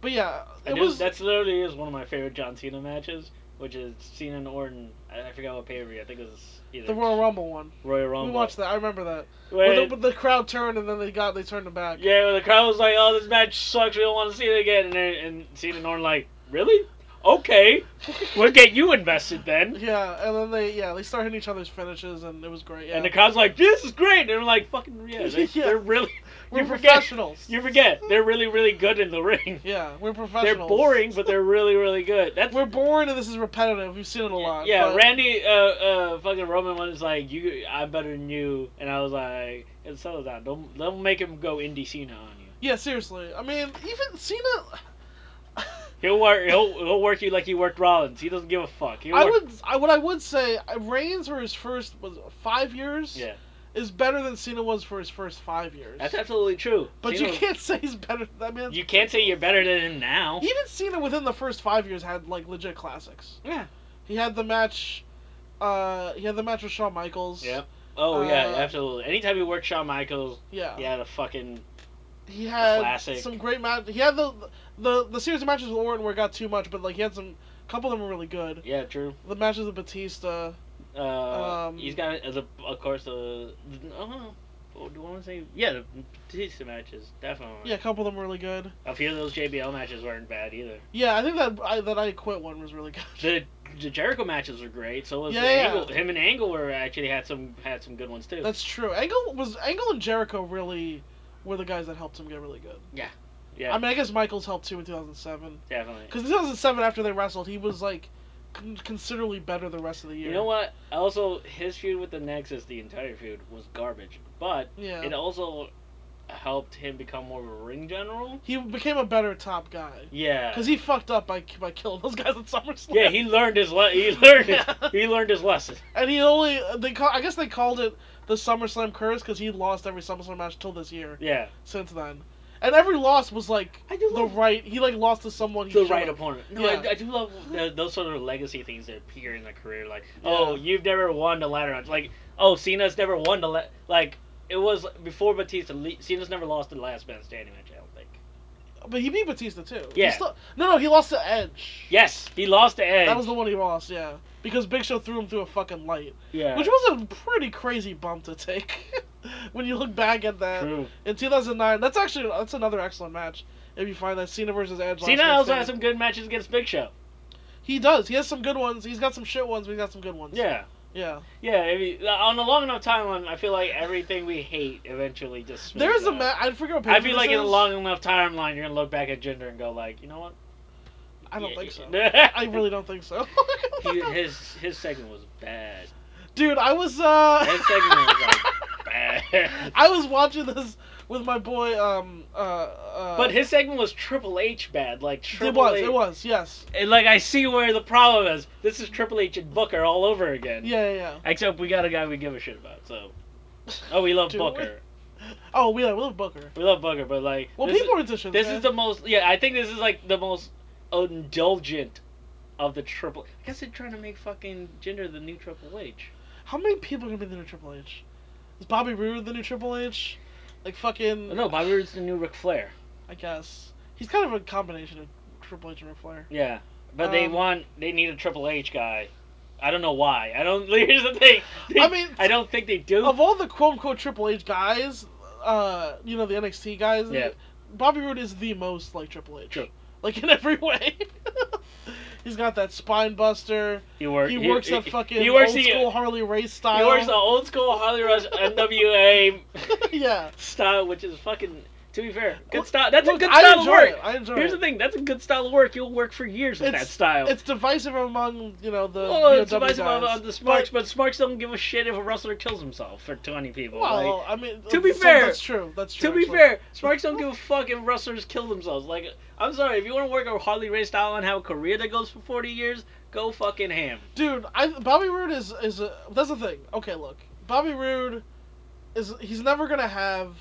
A: but yeah,
B: I
A: it
B: do-
A: was
B: that's literally is one of my favorite John Cena matches, which is Cena and Orton. I, I forgot what pay per view. I think it was either
A: the Royal Rumble one.
B: Royal Rumble.
A: We watched that. I remember that.
B: Where-
A: Where the, the crowd turned and then they got they turned them back.
B: yeah, where the crowd was like, "Oh, this match sucks. We don't want to see it again." And, then- and Cena and Orton like, "Really? Okay, we'll get you invested then."
A: yeah, and then they yeah they started hitting each other's finishes and it was great. Yeah,
B: And the crowd's like, "This is great." And they're like, "Fucking yeah, they,
A: Yeah.
B: they're really."
A: we're
B: you forget-
A: professionals.
B: You forget they're really really good in the ring.
A: yeah, we're
B: They're
A: professionals.
B: boring, but they're really really good. That's
A: We're boring and this is repetitive. We've seen it a lot.
B: Yeah,
A: but-
B: Randy, uh, uh, fucking Roman was like, "You, I'm better than you," and I was like, "And so is that. Don't, don't make him go indie Cena on you.
A: Yeah, seriously. I mean, even Cena.
B: He'll work, he'll, he'll work you like he worked Rollins. He doesn't give a fuck. He'll
A: I
B: work-
A: would. I what I would say. I- Reigns for his first was five years.
B: Yeah.
A: Is better than Cena was for his first five years.
B: That's absolutely true.
A: but
B: Cena-
A: you can't say he's better. I mean,
B: you can't say you're better than him now.
A: Even Cena within the first five years had like legit classics.
B: Yeah.
A: He had the match. Uh, he had the match with Shawn Michaels.
B: Yep. Oh yeah,
A: Uh,
B: absolutely. Anytime he worked Shawn Michaels,
A: Yeah.
B: he had a fucking
A: He had
B: classic.
A: some great match. He had the the the series of matches with Orton where it got too much, but like he had some. A couple of them were really good.
B: yeah, true.
A: The matches with Batista.
B: Uh,
A: Um,
B: he's got uh, the, of course the, oh, do I want to say yeah, the Batista matches definitely.
A: Yeah, a couple of them were really good.
B: A few of those JBL matches weren't bad either.
A: Yeah, I think that I, that I quit one was really good.
B: The the Jericho matches were great. So was
A: Yeah,
B: the
A: yeah.
B: Angle. Him and Angle were actually had some had some good ones too.
A: That's true. Angle was Angle and Jericho really were the guys that helped him get really good.
B: yeah,
A: I mean, I guess Michaels helped too in 2007
B: definitely.
A: because 2007 after they wrestled, he was like con- considerably better the rest of the year.
B: You know what? Also, his feud with the Nexus, the entire feud was garbage, but
A: Yeah.
B: it also helped him become more of a ring general.
A: he became a better top guy
B: Yeah.
A: because he fucked up by by killing those guys at SummerSlam.
B: yeah, he learned his le- he learned his,
A: Yeah.
B: he learned his lesson.
A: and he only they call, I guess they called it the SummerSlam curse because he lost every SummerSlam match till this year.
B: Yeah,
A: Since then, and every loss was like
B: I do
A: the
B: love
A: right. He like lost to someone. He
B: the
A: should've.
B: right opponent. No, I-
A: Yeah.
B: I, do love the, those sort of legacy things that appear in the career. Like, oh, you've never won the ladder match. Like, oh, Cena's never won the la- like. It was before Batista. Le- Cena's never lost the last man standing match. I don't think.
A: But he beat Batista too. He
B: Yeah.
A: still- no, no, he lost to Edge.
B: Yes, he lost to Edge.
A: That was the one he lost. Yeah. Because Big Show threw him through a fucking light,
B: yeah.
A: which was a pretty crazy bump to take. when you look back at that
B: true.
A: in 2009, that's actually that's another excellent match. If you find that Cena versus Edge. last
B: Cena
A: man
B: also
A: standing.
B: has some good matches against Big Show.
A: He does. He has some good ones. He's got some shit ones. but He's got some good ones.
B: Yeah.
A: Yeah.
B: Yeah, I mean, uh, on a long enough timeline, I feel like everything we hate eventually just. smooths
A: There's a
B: out.
A: match. I forget what.
B: I
A: pay-per-view
B: feel like
A: this
B: in a
A: is.
B: long enough timeline, you're gonna look back at gender and go like, you know what?
A: I don't
B: Yeah,
A: think so.
B: yeah.
A: I really don't think so.
B: He, his his segment was bad.
A: Dude, I was uh.
B: His segment was like bad.
A: I was watching this with my boy. Um, uh, uh,
B: But his segment was Triple H bad, like
A: it
B: Triple
A: was,
B: H.
A: it was, yes,
B: And, like I see where the problem is. This is Triple H and Booker all over again.
A: yeah, yeah.
B: Except we got a guy we give a shit about. So
A: yeah.
B: oh, we love
A: Do
B: Booker.
A: Oh, we, we love Booker.
B: We love Booker, but like
A: Well,
B: this,
A: people are into shit.
B: this
A: man.
B: is the most. Yeah, I think this is like the most indulgent of the Triple. I guess they're trying to make fucking Jinder the new Triple H.
A: How many people are gonna be the new Triple H? Is Bobby Roode the new Triple H? Like fucking.
B: No, Bobby Roode's the new Ric Flair.
A: I guess he's kind of a combination of Triple H and Ric Flair.
B: Yeah, but they
A: Um,
B: want they need a Triple H guy. I don't know why. I don't. Here's the thing. They-
A: I mean,
B: I don't think they do.
A: Of all the quote unquote Triple H guys, uh, you know the NXT guys.
B: Yeah.
A: Bobby Roode is the most like Triple H.
B: True.
A: Like in every way. he's got that spine buster.
B: He, work,
A: He works that fucking
B: He works
A: old
B: the, uh,
A: school Harley Race style.
B: He works the old school Harley Rush NWA
A: yeah.
B: style, which is fucking. To be fair,
A: Look-
B: good style. That's
A: Look,
B: a good
A: I
B: style of
A: enjoy
B: work.
A: It. I enjoy
B: Here's
A: it.
B: the thing. That's a good style of work. You'll work for years with
A: It's-
B: that style.
A: It's divisive among you know the
B: well, it's
A: VOW
B: divisive
A: guys.
B: on on the Smarks, but, Smarks don't give a shit if a wrestler kills himself for 20 people.
A: well,
B: like,
A: I mean,
B: to be
A: some-
B: fair-
A: that's true. That's
B: to
A: true.
B: be
A: actually.
B: fair, Smarks don't give a fuck if wrestlers kill themselves. Like, I'm sorry, if you want to work a Harley Race style and have a career that goes for 40 years, go fucking ham.
A: dude, I, Bobby Roode is is a, that's the thing. Okay, look, Bobby Roode is he's never gonna have.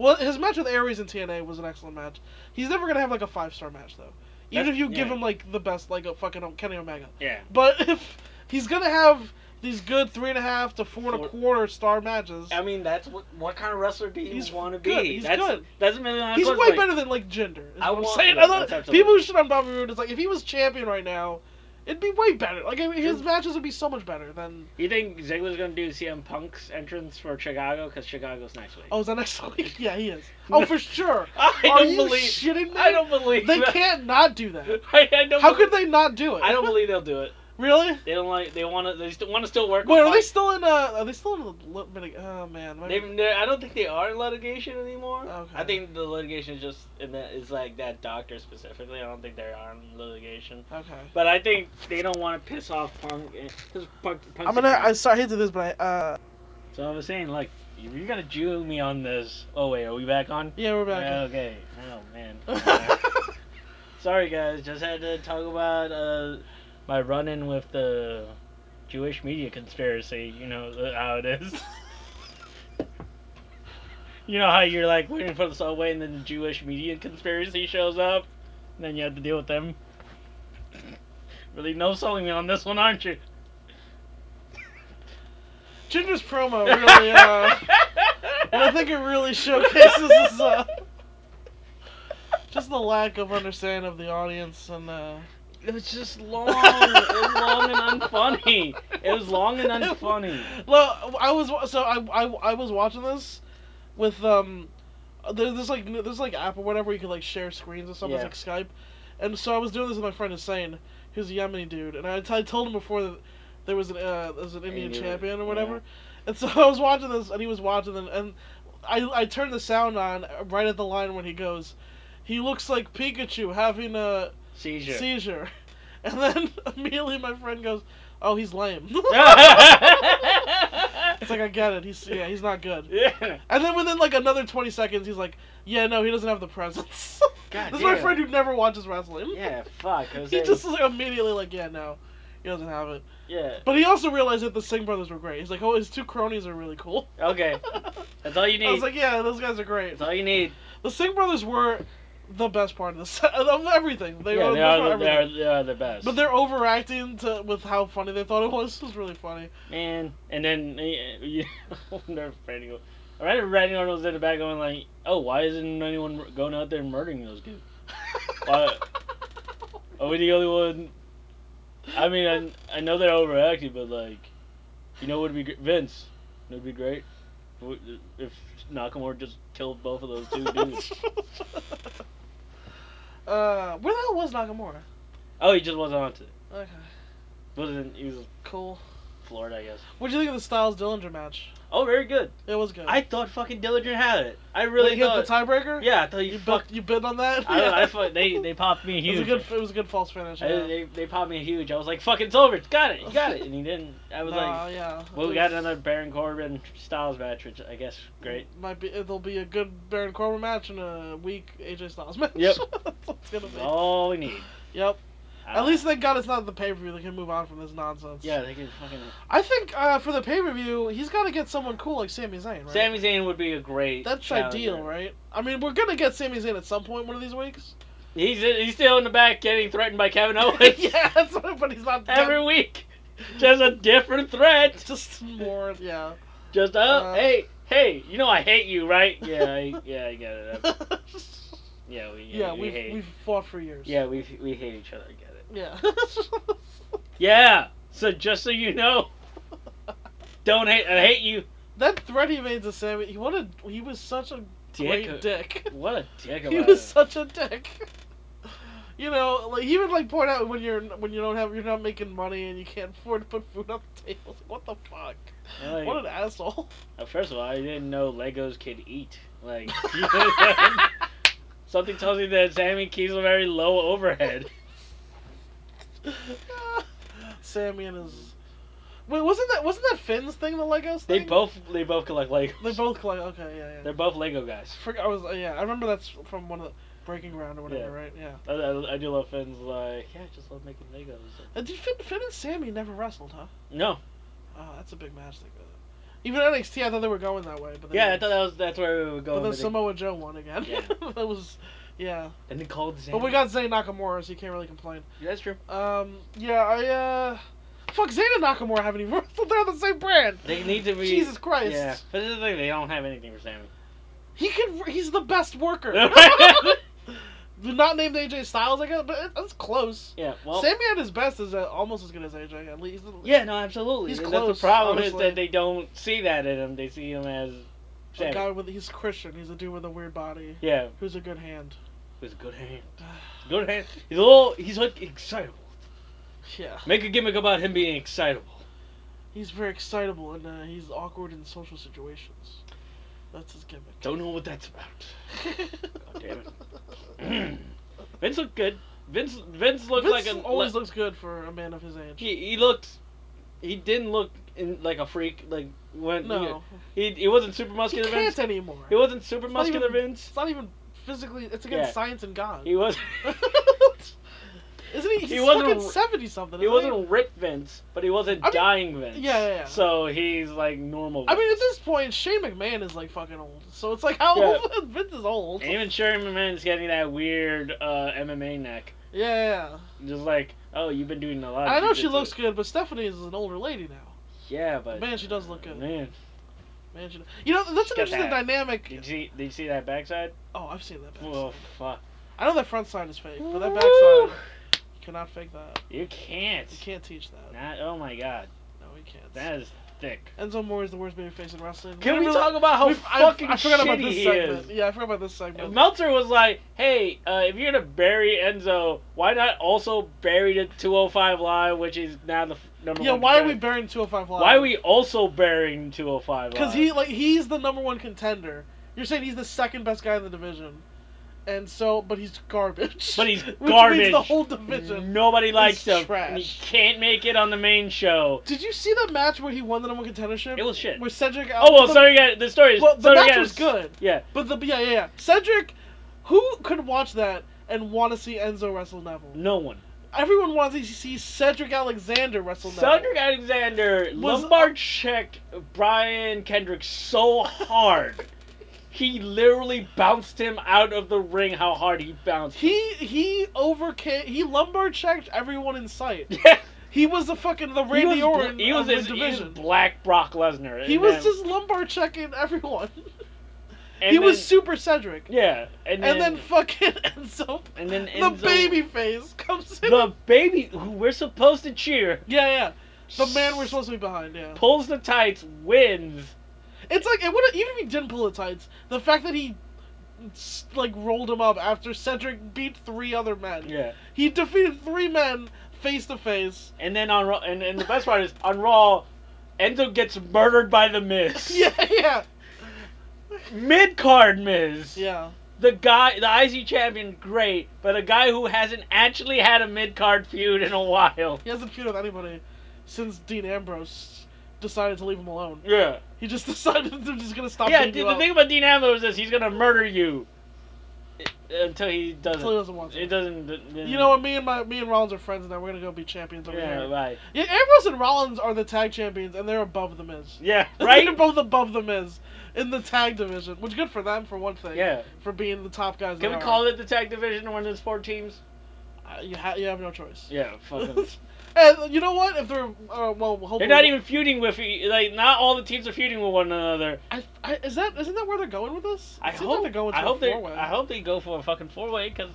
A: Well, his match with Aries in TNA was an excellent match. He's never gonna have like a five star match though. Even
B: That's-
A: if you give
B: yeah.
A: him like the best, like a fucking Kenny Omega.
B: Yeah.
A: But if he's gonna have these good three and a half to four, and
B: Four.
A: a quarter star matches,
B: I mean, that's what what kind of wrestler do you
A: He's
B: want to be?
A: good, he's
B: that's
A: good.
B: that's a million dollar
A: He's way
B: question, like,
A: better than like gender. Is
B: I
A: what
B: want-
A: I'm saying.
B: yeah,
A: I thought-
B: that's absolutely-
A: people who shit on Bobby Roode is like if he was champion right now, it'd be way better. Like I mean, his
B: Sure.
A: matches would be so much better than.
B: You think Ziggler's gonna do CM Punk's entrance for Chicago because Chicago's next week?
A: Oh, is that next week? Yeah, he is. Oh, for sure.
B: I
A: Are
B: don't
A: you
B: believe.
A: shitting me?
B: I don't believe.
A: They
B: that.
A: can't not do that.
B: I, I don't
A: How
B: believe,
A: could they not do it?
B: I don't believe they'll do it.
A: Really?
B: They don't like. They want to. They st- want to still work.
A: Wait,
B: with
A: are they
B: Punk.
A: still in? Uh, are they still in the lit- mitig- Oh man.
B: They,
A: maybe-
B: they're- I don't think they are in litigation anymore.
A: Okay.
B: I think the litigation is just in that is like that doctor specifically. I don't think they are in litigation.
A: Okay.
B: But I think they don't want to piss off Punk. and- 'cause Punk Punk's
A: I'm
B: a
A: gonna.
B: crack.
A: I sorry, I hate to do this, but I. Uh,
B: So I was saying, like, if you're gonna jew me on this. Oh wait, are we back on?
A: yeah, we're
B: Yeah,
A: back.
B: okay. Oh man. Sorry guys, just had to talk about uh, my run-in with the Jewish media conspiracy. You know uh, how it is. you know how you're like waiting for the subway and then the Jewish media conspiracy shows up, and then you have to deal with them. Really, no selling me on this one, aren't you?
A: Ginger's promo
B: Oh,
A: really. Uh, I think it really showcases his, uh, just the lack of understanding of the audience and uh,
B: It was just long. It was long and unfunny. It was long and unfunny.
A: Well, I was wa- so I, I, I was watching this with um there's this like n- this like app or whatever you can like share screens or something
B: Yeah.
A: it's like Skype, and so I was doing this with my friend Hussein, who's a Yemeni dude, and I, t- I told him before that there was an uh, there was an Indian
B: Indian,
A: champion or
B: yeah.
A: whatever, and so I was watching this and he was watching and and I I turned the sound on right at the line when he goes, he looks like Pikachu having a
B: Seizure.
A: seizure, and then immediately my friend goes, oh he's lame. It's like I get it. He's yeah, he's not good.
B: yeah.
A: And then within like another twenty seconds, he's like, yeah, no, he doesn't have the presence.
B: God
A: this is my
B: damn.
A: friend who never watches wrestling.
B: Yeah, fuck. I was
A: he
B: saying-
A: just is like immediately like, yeah, no, he doesn't have it.
B: Yeah.
A: But he also realized that the Singh brothers were great. He's like, oh, his two cronies are really cool.
B: Okay. That's all you
A: I
B: need.
A: was like, yeah, those guys are great.
B: That's all you need.
A: The Singh brothers were the best part of this of everything. They
B: yeah,
A: were
B: they
A: the best
B: are,
A: part
B: the,
A: of
B: they, are,
A: everything.
B: they are the best.
A: But they're overacting to with how funny they thought it was. It was really funny.
B: Man, and then eh, you wonder if Randy. Or- I remember Randy Orton was in the back going like, "Oh, why isn't anyone mur- going out there and murdering those dudes? What? Are we the only one?" I mean, I, I know they're overacting, but like, you know, what would be gr- Vince? It would be great w- if Nakamura just killed both of those two dudes.
A: uh, where the hell was Nakamura?
B: oh, he just wasn't on to it.
A: Okay,
B: Wasn't he was
A: cool.
B: Florida, I guess.
A: What do you think of the Styles Dillinger match?
B: Oh, very good.
A: It was good.
B: I thought fucking Dillinger had it. I
A: When
B: really
A: he
B: thought.
A: hit the tiebreaker.
B: yeah, I thought you,
A: You bet.
B: fucked.
A: You bid on that.
B: I, don't know, I fuck, they they popped me
A: it was
B: huge.
A: a good. It was a good false finish.
B: I-
A: Yeah.
B: they, they popped me huge. I was like, "Fuck, it's over. It's got it. You got it." And he didn't. I was
A: Nah,
B: like,
A: yeah.
B: "Well, we
A: It
B: got
A: was-
B: another Baron Corbin Styles match, which I guess great."
A: Might be. It'll be a good Baron Corbin match and a weak AJ Styles match.
B: Yep.
A: That's what it's gonna be.
B: All we need.
A: Yep.
B: Uh,
A: At least thank God it's not the pay per view. They can move on from this nonsense.
B: Yeah, they can fucking.
A: I think uh, for the pay per view, he's got to get someone cool like Sami Zayn, right?
B: Sami Zayn would be a great.
A: That's
B: challenger.
A: ideal, right? I mean, we're gonna get Sami Zayn at some point one of these weeks.
B: He's he's still in the back getting threatened by Kevin Owens.
A: yeah, that's what, but he's not done.
B: Every week, just a different threat.
A: Just more, yeah.
B: Just oh,
A: Uh,
B: hey, hey, you know I hate you, right? Yeah, I, yeah, I get it. I- Yeah, we, yeah,
A: yeah,
B: we,
A: we've
B: hate.
A: we've fought for years.
B: Yeah, we we hate each other. I get it.
A: Yeah.
B: Yeah. So just so you know, don't hate. I hate you.
A: that threat he made to Sammy, he wanted. He was such a great
B: Dick.
A: dick.
B: What a dick
A: he
B: about
A: was
B: it.
A: such a dick. You know, like he would like point out when you're when you don't have you're not making money and you can't afford to put food on the table. It's Like, what the fuck?
B: Like,
A: What an asshole.
B: uh, First of all, I didn't know Legos could eat. Like something tells me that Sammy keeps a very low overhead.
A: Sammy and his. Wait, wasn't that wasn't that Finn's thing the Legos
B: They
A: thing?
B: both they both collect Legos.
A: They both like okay yeah yeah.
B: They're both Lego guys.
A: Forg- I was uh, yeah I remember that's from one of the Breaking Ground or whatever
B: Yeah.
A: right yeah.
B: I, I, I do love Finn's like yeah, I just love making Legos.
A: Uh, did Finn, Finn and Sammy never wrestled huh?
B: No,
A: Oh that's a big match they got. Even NXT I thought they were going that way but they
B: yeah, I
A: didn't.
B: thought that was that's where we were
A: But
B: going.
A: then
B: with it.
A: Samoa Joe won again.
B: Yeah.
A: that was, yeah.
B: And they called Sammy.
A: But we got Zayn Nakamura, so you can't really complain.
B: Yeah, that's true.
A: Um, yeah, I uh, fuck Zayn and Nakamura haven't even wrestled. They're on the same brand.
B: They need to be.
A: Jesus Christ.
B: Yeah, but this is the thing, they don't have anything for Sammy.
A: He can. He's the best worker. Do not name AJ Styles again, but it, that's close.
B: yeah, well.
A: Sammy at his best is uh, almost as good as AJ. At least.
B: Yeah, no, absolutely.
A: He's
B: And that's
A: close,
B: the problem is
A: honestly.
B: that they don't see that in him. They see him as
A: A
B: Sammy.
A: guy with he's Christian. He's a dude with a weird body.
B: Yeah,
A: Who's a good hand.
B: with a good hand. Good hand. He's a little. He's like excitable.
A: Yeah.
B: Make a gimmick about him being excitable.
A: He's very excitable and uh, he's awkward in social situations. That's his gimmick.
B: Don't know what that's about.
A: God
B: damn it. Vince looked good. Vince Vince looked like an
A: always
B: always.
A: looks good for a man of his age.
B: he, he looked. He didn't look in, like a freak. Like when
A: no,
B: he he wasn't super
A: he
B: muscular
A: can't
B: Vince.
A: anymore.
B: He wasn't super
A: not
B: muscular
A: even-
B: Vince.
A: It's not even physically. It's against
B: Yeah.
A: science and God.
B: He was.
A: Isn't he? He's
B: He wasn't
A: fucking
B: r-
A: seventy something.
B: He
A: isn't
B: wasn't ripped Vince, but he wasn't
A: I mean-
B: dying Vince.
A: Yeah, yeah, yeah.
B: So he's like normal.
A: I mean, at
B: Vince.
A: this point, Shane McMahon is like fucking old. So it's like how
B: Yeah.
A: old Vince is old.
B: And
A: Yeah,
B: even Sherry McMahon's getting that weird uh, MMA neck.
A: yeah. yeah.
B: Just like, oh, you've been doing a lot. Of
A: I know she
B: jiu-jitsu.
A: looks good, but Stephanie is an older lady now.
B: Yeah, but
A: Man, she does look good.
B: Man,
A: Man, she... you know that's an
B: Got
A: interesting
B: that.
A: dynamic.
B: did you see? Did you see that backside?
A: Oh, I've seen that. Backside.
B: Oh fuck!
A: I know that front side is fake, but that
B: Woo!
A: backside, you cannot fake that.
B: You can't.
A: You can't teach that.
B: Not, oh my god,
A: No, we can't.
B: that is thick.
A: Enzo Moore is the worst babyface in wrestling.
B: Can we
A: Remember-
B: talk about how
A: we- I-
B: fucking
A: I, forgot
B: shitty
A: about this
B: he
A: segment.
B: is?
A: Yeah, I forgot about this segment.
B: Meltzer was like, "Hey, uh, if you're gonna bury Enzo, why not also bury the 205 Live, which is now the f- number
A: yeah,
B: one
A: why are we
B: contender?
A: burying 205 Live?
B: why are we also burying 205 Live?
A: Because he like he's the number one contender. You're saying he's the second best guy in the division, and so but he's garbage.
B: But he's
A: Which means
B: garbage.
A: the whole division.
B: Nobody likes him.
A: trash.
B: and He can't make it on the main show.
A: Did you see that match where he won the number one contendership?
B: It was shit.
A: Where Cedric?
B: Oh well,
A: the,
B: sorry guys. The story is
A: Well, the
B: sorry
A: match
B: guys.
A: was good.
B: Yeah,
A: But the yeah yeah yeah Cedric, who could watch that and want to see Enzo wrestle Neville?
B: no one.
A: Everyone wants to see Cedric Alexander wrestle
B: Cedric Alexander,
A: Was-
B: Lombard checked Brian Kendrick so hard. He literally bounced him out of the ring. How hard he bounced! him.
A: He he overcame. He lumbar checked everyone in sight.
B: Yeah,
A: He was the fucking the Randy
B: he was, bl-
A: Orton
B: he was
A: of
B: his,
A: the
B: he was
A: division.
B: black Brock Lesnar.
A: He
B: and
A: was
B: then-
A: just lumbar checking everyone.
B: and
A: he was
B: then-
A: super Cedric.
B: yeah, and,
A: And then fucking Enzo,
B: and then
A: the
B: Enzo-
A: baby face comes in.
B: the baby who we're supposed to cheer,
A: yeah, yeah. The man we're supposed to be behind, yeah.
B: pulls the tights, wins.
A: It's like it would have even if he didn't pull the tights. The fact that he s- like rolled him up after Cedric beat three other men.
B: Yeah,
A: He defeated three men face to face.
B: and then on Raw, and, and the best part is on Raw, Enzo gets murdered by the Miz.
A: yeah, yeah,
B: Mid card Miz.
A: yeah.
B: The guy, the IC champion, great, but a guy who hasn't actually had a mid card feud in a while.
A: He hasn't feuded with anybody since Dean Ambrose decided to leave him alone.
B: Yeah.
A: He just decided they're just gonna stop.
B: yeah.
A: beating
B: The,
A: you
B: the
A: up
B: thing about Dean Ambrose is he's gonna murder you I- until
A: until he
B: he doesn't.
A: doesn't want to.
B: It doesn't. then-
A: You know what? Me and my me and Rollins are friends now. We're gonna go be champions over
B: Yeah.
A: here.
B: Right.
A: Yeah, Ambrose and Rollins are the tag champions, and they're above the Miz.
B: Yeah. Right.
A: they're both above the Miz in the tag division, which good for them for one thing.
B: yeah.
A: For being the top guys.
B: Can we call it the tag division when there's four teams?
A: Uh, You, ha- you have no choice.
B: Yeah. Fucking.
A: and you know what? If they're uh, well, hopefully
B: They're not even feuding with e- like not all the teams are feuding with one another.
A: I, I, is that isn't that where they're going with this? It
B: I
A: seems like
B: hope
A: they're going to
B: I
A: a
B: hope they
A: four-way.
B: I hope they go for a fucking four way because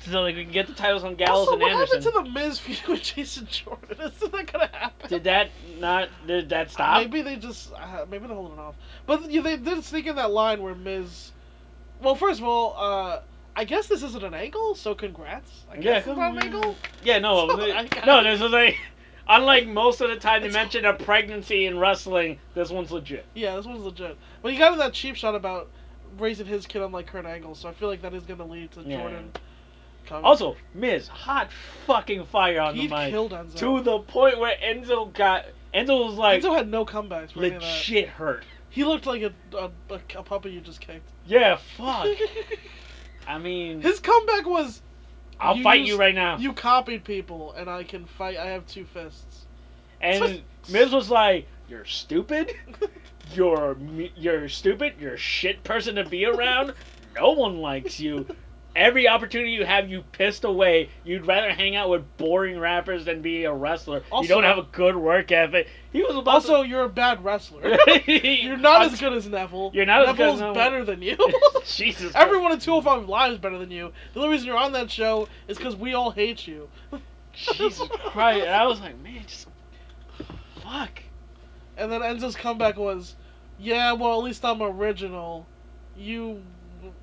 B: so like we can get the titles on Gallows
A: Also,
B: and
A: what
B: Anderson.
A: happened to the Miz feud with Jason Jordan? Isn't that gonna happen?
B: Did that not did that stop?
A: Maybe they just uh, maybe they're holding off. But yeah, they did sneak in that line where Miz. Well, first of all, uh, I guess this isn't an angle, so congrats. I guess
B: Yeah.
A: it's not an angle.
B: Yeah, no,
A: So,
B: they-
A: I got-
B: no. This is like unlike most of the time they
A: It's-
B: mention a pregnancy in wrestling. This one's legit.
A: Yeah, this one's legit. But he got in that cheap shot about raising his kid on like Kurt Angle, so I feel like that is gonna lead to
B: Yeah.
A: Jordan. Coming.
B: Also, Miz hot fucking fire on
A: he
B: the mic
A: killed Enzo.
B: to the point where Enzo got Enzo was like
A: Enzo had no comebacks. For any of that.
B: legit hurt.
A: He looked like a, a, a, a puppy you just kicked.
B: Yeah, fuck. I mean,
A: His comeback was
B: I'll
A: you
B: fight
A: used-
B: you right now.
A: you copied people and I can fight. I have two fists.
B: And Miz was like, "You're stupid. You're me- you're stupid. You're a shit person to be around. No one likes you. Every opportunity you have, you pissed away. You'd rather hang out with boring rappers than be a wrestler. you
A: Also-
B: don't have a good work ethic." He was about
A: Also,
B: to.
A: you're a bad wrestler.
B: you're
A: You're not as good as Neville.
B: You're not as good
A: Neville's
B: as Neville.
A: better than you.
B: Jesus. Christ.
A: Everyone in 205 Live oh is better than you. The only reason you're on that show is because we all hate you.
B: Jesus Christ. And I was like, man, just fuck.
A: And then Enzo's comeback was, yeah, well, at least I'm original. You,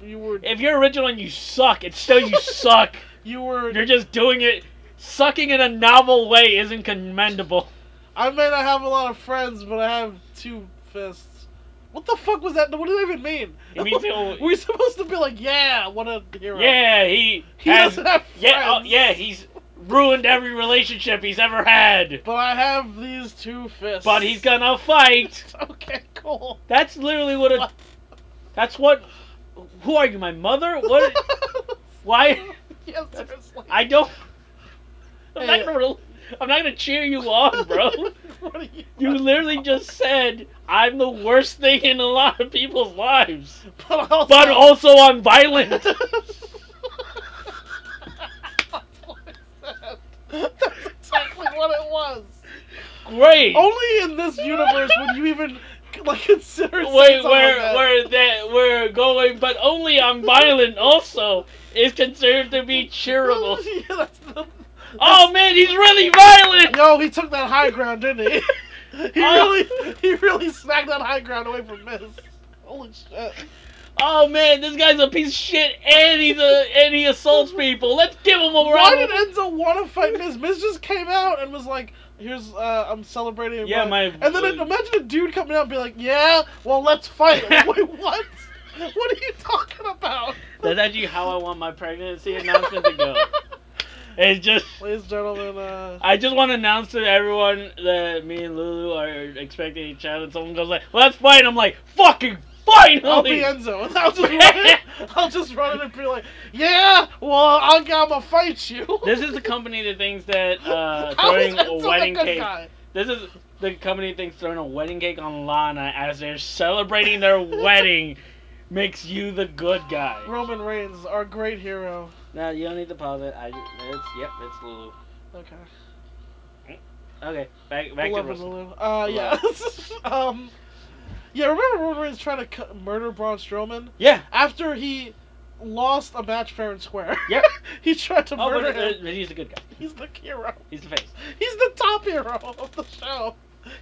A: you were,
B: If you're original and you suck, it's still you suck.
A: you were.
B: You're just doing it. Sucking in a novel way isn't commendable.
A: I may not have a lot of friends, but I have two fists. What the fuck was that? What did that even mean?
B: It means he'll-
A: we're supposed to be like, yeah, what a hero.
B: Yeah, he,
A: He
B: has.
A: doesn't have friends.
B: Yeah, oh, yeah, he's ruined every relationship he's ever had.
A: But I have these two fists.
B: But he's gonna fight.
A: Okay, cool.
B: That's literally what a. That's what. Who are you, my mother? What? Why?
A: yeah, seriously.
B: I don't. I'm
A: Hey.
B: not gonna. rel- I'm not gonna cheer you on, bro.
A: what are you?
B: You literally just said I'm the worst thing in a lot of people's lives,
A: But also.
B: but also I'm violent.
A: That's what it said. That's exactly what it was.
B: Great.
A: Only in this universe would you even like consider. saying
B: Wait,
A: something
B: where
A: like that.
B: where that we're going, but only on violent also is considered to be cheerable.
A: yeah, that's the.
B: Oh man, he's really violent.
A: Yo, he took that high ground, didn't he? he
B: Oh.
A: really, he really snagged that high ground away from Miz. Holy shit!
B: Oh man, this guy's a piece of shit, and he's a and he assaults people. Let's give him a
A: Why
B: round.
A: did
B: of-
A: Enzo want to fight Miz? Miz just came out and was like, "Here's, uh, I'm celebrating."
B: Yeah, my-
A: And then imagine a dude coming out and be like, "Yeah, well, let's fight." Like, Wait, what? What are you talking about?
B: That's actually how I want my pregnancy announcement to go. It's just.
A: Ladies and gentlemen, uh,
B: I just want to announce to everyone that me and Lulu are expecting a child, and someone goes like, "Let's fight!" I'm like, "Fucking finally!"
A: I'll be Enzo, and I'll just run in, I'll just run in and be like, "Yeah, well, I'm gonna fight you."
B: This is the company that thinks that uh,
A: How is
B: throwing
A: that
B: a
A: so the
B: wedding
A: good
B: cake.
A: guy?
B: This is the company that thinks throwing a wedding cake on Lana as they're celebrating their wedding makes you the good guy.
A: Roman Reigns, our great hero.
B: No, you don't need to pause it. I it's yep, it's Lulu.
A: Okay.
B: Okay, back back
A: Beloved
B: to wrestling.
A: Lulu. Uh, yeah. um, yeah. Remember Roman Reigns trying to cu- murder Braun Strowman
B: Yeah.
A: after he lost a match fair and square.
B: Yep.
A: he tried to
B: Oh,
A: murder
B: but,
A: him.
B: but he's a good guy.
A: He's the hero.
B: He's the face.
A: He's the top hero of the show.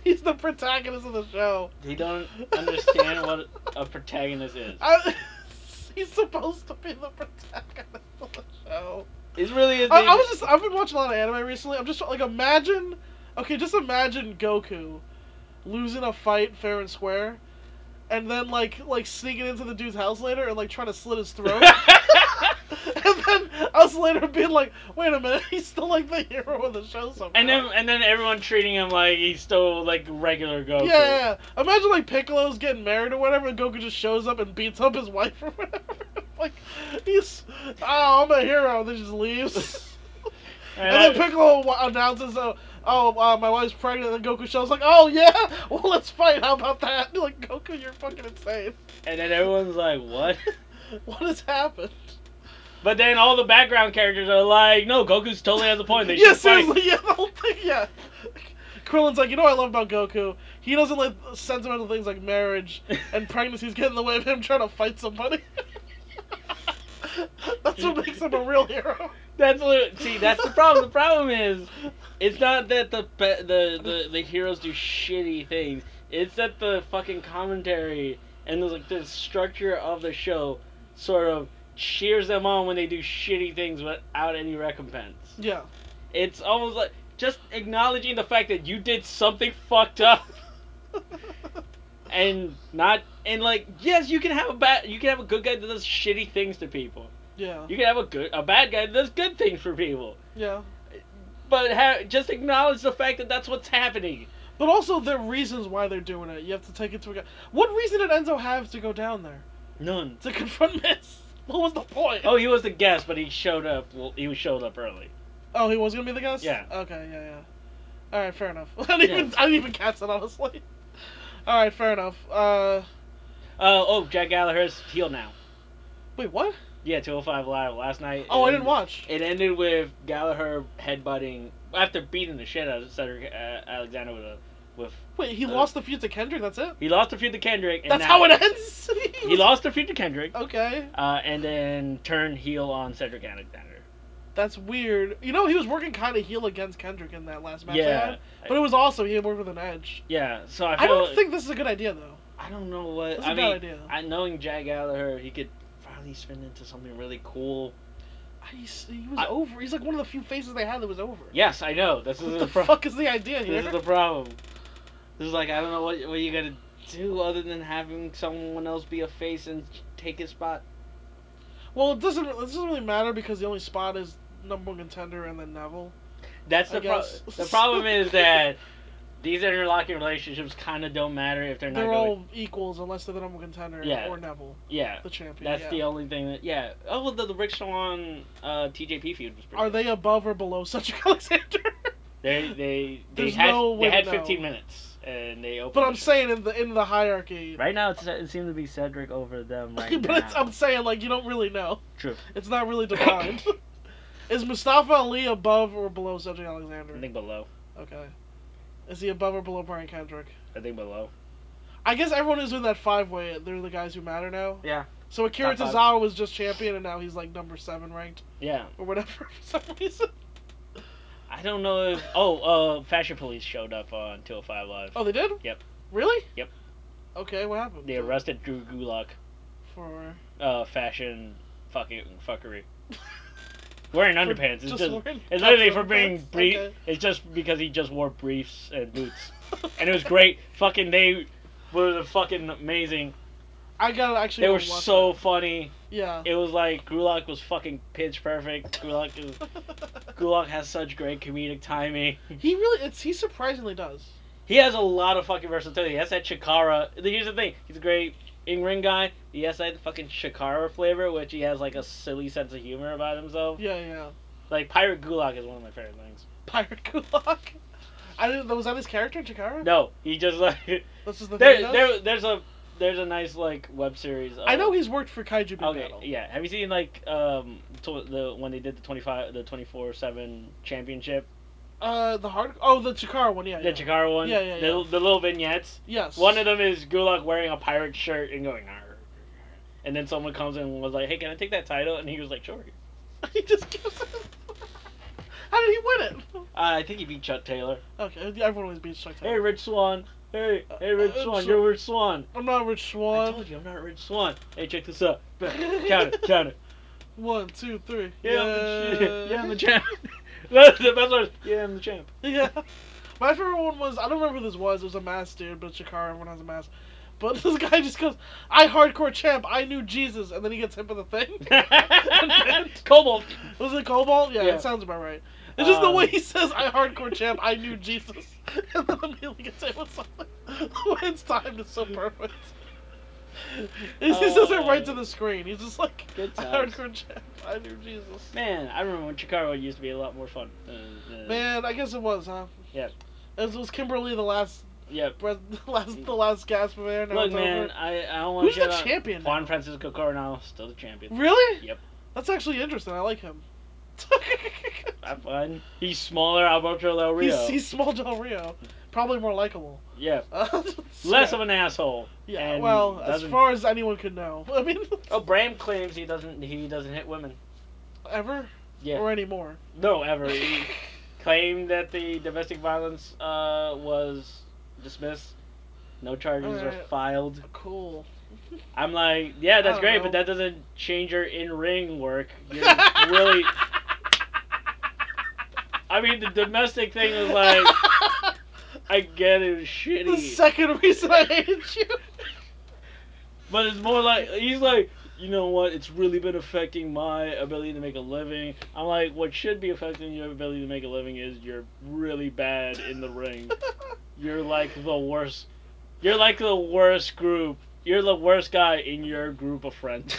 A: He's the protagonist of the show.
B: He don't understand what a protagonist is.
A: I, he's supposed to be the protagonist of the show.
B: It really is.
A: I,
B: the-
A: I was just I've been watching a lot of anime recently. I'm just like imagine okay, just imagine Goku losing a fight fair and square, and then like like sneaking into the dude's house later and like trying to slit his throat. and then us later being like, wait a minute, he's still like the hero of the show somehow.
B: and then and then everyone treating him like he's still like regular Goku.
A: Yeah, yeah, yeah. Imagine like Piccolo's getting married or whatever, and Goku just shows up and beats up his wife or whatever. like he's, oh, I'm a hero. And then just leaves.
B: And
A: and then
B: I-
A: Piccolo wa- announces, "Oh, oh, uh, my wife's pregnant." And Goku shows like, "Oh yeah, well let's fight. How about that?" Like Goku, you're fucking insane.
B: and then everyone's like, what?
A: What has happened?
B: But then all the background characters are like, no, Goku's totally has a point. They
A: yeah,
B: should fight.
A: seriously, yeah, the whole thing, yeah. Krillin's like, you know what I love about Goku? He doesn't let sentimental things like marriage and pregnancies get in the way of him trying to fight somebody. That's what makes him a real hero.
B: That's what, see, that's the problem. The problem is, it's not that the pe- the, the the heroes do shitty things. It's that the fucking commentary and the, like the structure of the show sort of cheers them on when they do shitty things without any recompense.
A: Yeah.
B: It's almost like just acknowledging the fact that you did something fucked up and not and like yes, you can have a bad you can have a good guy that does shitty things to people.
A: yeah.
B: You can have a good a bad guy that does good things for people.
A: Yeah.
B: But ha- just acknowledge the fact that that's what's happening.
A: But also, there are reasons why they're doing it. You have to take into account. What reason did Enzo have to go down there?
B: None.
A: To confront Miss? What was the point?
B: Oh, he was the guest, but he showed up. Well, he showed up early.
A: Oh, he was gonna be the guest.
B: Yeah.
A: Okay. Yeah. Yeah. All right. Fair enough. I didn't
B: Yeah.
A: even I didn't even catch that honestly. All right. Fair enough. Uh,
B: Uh, oh, Jack Gallagher's heel now.
A: wait. What?
B: Yeah, 205 Live last night.
A: Oh,
B: it
A: I didn't
B: ended-
A: watch.
B: It ended with Gallagher headbutting after beating the shit out of Cedric uh, Alexander with a with.
A: Wait. He
B: Uh,
A: lost the feud to Kendrick. That's it.
B: He lost a feud to Kendrick. And
A: That's
B: now-
A: how it ends.
B: He lost a feud to Kendrick,
A: Okay.
B: uh, and then turned heel on Cedric Alexander.
A: That's weird. You know, he was working kind of heel against Kendrick in that last match. they
B: Yeah,
A: had, but it was awesome. He had worked with an edge.
B: yeah. So I,
A: I
B: feel-
A: don't think this is a good idea though.
B: I don't know what.
A: That's a
B: I
A: bad
B: mean,
A: idea.
B: I knowing Jack Gallagher, he could finally spin into something really cool.
A: He's, he was
B: I-
A: over. He's like one of the few faces they had that was over.
B: Yes, I know. This
A: What
B: is
A: the
B: the pro-
A: fuck is the idea here?
B: This is the problem. This is like I don't know what what you gotta do other than having someone else be a face and take his spot.
A: Well, it doesn't. It doesn't really matter because the only spot is number one contender and then Neville.
B: That's
A: I
B: the problem.
A: guess.
B: The problem is that these interlocking relationships kind of don't matter if they're not
A: They're
B: going.
A: all equals unless they're the number one contender
B: Yeah.
A: or Neville,
B: Yeah.
A: the champion.
B: That's
A: yeah.
B: the only thing that yeah. Oh well, the, the Rick Swan uh, TJP feud was pretty.
A: Are
B: good.
A: they above or below Cedric Alexander?
B: They they they
A: There's
B: had
A: no way
B: they
A: to
B: had
A: know.
B: 15 minutes and they opened.
A: but
B: the
A: I'm
B: show.
A: saying in the in the hierarchy.
B: right now it's, it seemed to be Cedric over them right
A: but it's,
B: now.
A: I'm saying like you don't really know.
B: True.
A: It's not really defined. is Mustafa Ali above or below Cedric Alexander?
B: I think below.
A: Okay. Is he above or below Brian Kendrick?
B: I think below.
A: I guess everyone who's in that five way, they're the guys who matter now.
B: Yeah.
A: So Akira
B: Top five.
A: Tozawa was just champion, and now he's like number seven ranked
B: Yeah.
A: or whatever for some reason.
B: I don't know if oh uh Fashion Police showed up on 205 Live.
A: Oh, they did.
B: Yep.
A: Really?
B: Yep.
A: Okay, what happened?
B: They arrested Drew Gulak,
A: for
B: uh, fashion fucking fuckery. Wearing underpants. It's just,
A: wearing
B: it's literally for
A: cotton
B: being
A: underpants?
B: brief.
A: Okay.
B: It's just because he just wore briefs and boots, and it was great. Fucking they were fucking amazing.
A: I gotta actually.
B: They
A: go
B: were
A: watch
B: so
A: that.
B: funny.
A: Yeah.
B: It was like Gulak was fucking pitch perfect. Gulak is Gulak has such great comedic timing.
A: he really, it's he surprisingly does.
B: He has a lot of fucking versatility. He has that Chikara. Here's the thing. He's a great in ring guy. He has that fucking Chikara flavor, which he has like a silly sense of humor about himself.
A: Yeah, yeah.
B: Like Pirate Gulak is one of my favorite things.
A: Pirate Gulak. I didn't. Was that his character in Chikara?
B: No, he just like
A: That's just the thing. he does?
B: there, there there's a there's a nice like web series. Of,
A: I know he's worked for Kaiju Big
B: Okay,
A: Battle.
B: yeah. Have you seen like um tw- the when they did the twenty five the twenty four seven championship
A: Uh, the hard. Oh, the Chikara one. Yeah.
B: the
A: yeah.
B: Chikara one
A: Yeah, yeah,
B: the,
A: yeah.
B: the little vignettes
A: Yes.
B: One of them is Gulak wearing a pirate shirt and going, "Arr." and then someone comes in and was like, "Hey, can I take that title?" And he was like, "Sure."
A: he just gives it. How did he win it?
B: Uh, I think he beat Chuck Taylor.
A: Okay, everyone always beats Chuck
B: Hey,
A: Taylor.
B: Rich Swan. Hey, hey,
A: Uh,
B: Rich
A: uh,
B: Swan.
A: so-
B: You're Rich Swan.
A: I'm not Rich
B: I
A: Swan.
B: told you I'm not Rich Swan. Hey, check this out. count it, count it.
A: One, two, three.
B: Yeah, I'm the, yeah, I'm the champ. That's the best part. Yeah, I'm the champ.
A: Yeah. My favorite one was I don't remember who this was. It was a mask dude, but Shakara, everyone has a mask. But this guy just goes, "I hardcore champ, I knew Jesus," and then he gets hit with a thing.
B: Cobalt.
A: Was it Cobalt? Yeah,
B: Yeah.
A: it sounds about right. It's just the
B: Um.
A: way he says, "I hardcore champ, I knew Jesus," and then immediately gets hit with something. it's timed is so perfect. He says it right to the screen. He's just like,
B: Um, Good
A: "I
B: times.
A: hardcore champ, I knew Jesus."
B: Man, I remember when Chicago used to be a lot more fun. than- than-
A: Man, I guess it was, huh?
B: Yeah.
A: It was Kimberly the last
B: Yep.
A: breath, the last, the last gasp of air. Now
B: Look,
A: it's
B: man,
A: over.
B: I, I don't want
A: Who's
B: to get
A: the
B: on-
A: champion?
B: Juan Francisco Coronado, still the champion.
A: Really?
B: Yep.
A: That's actually interesting. I like him.
B: I find he's smaller, Alberto Del Rio.
A: he's, he's small Del Rio. Probably more likable.
B: yeah,
A: Uh,
B: less
A: yeah.
B: of an asshole.
A: Yeah.
B: and
A: Well, as
B: doesn't-
A: far as anyone could know. I mean,
B: Oh, Bram claims he doesn't he doesn't hit women.
A: ever
B: Yeah.
A: or anymore.
B: No, ever. He claimed that the domestic violence uh, was dismissed. No charges were
A: Alright.
B: filed.
A: cool.
B: I'm like, yeah, that's
A: don't
B: great,
A: know.
B: but that doesn't change your in-ring work. You're really. I mean, the domestic thing was like, I get it, it's
A: the
B: shitty.
A: second reason I hated you.
B: But it's more like he's like, you know what? It's really been affecting my ability to make a living. I'm like, what should be affecting your ability to make a living is you're really bad in the ring. You're like the worst. You're like the worst group. You're the worst guy in your group of friends.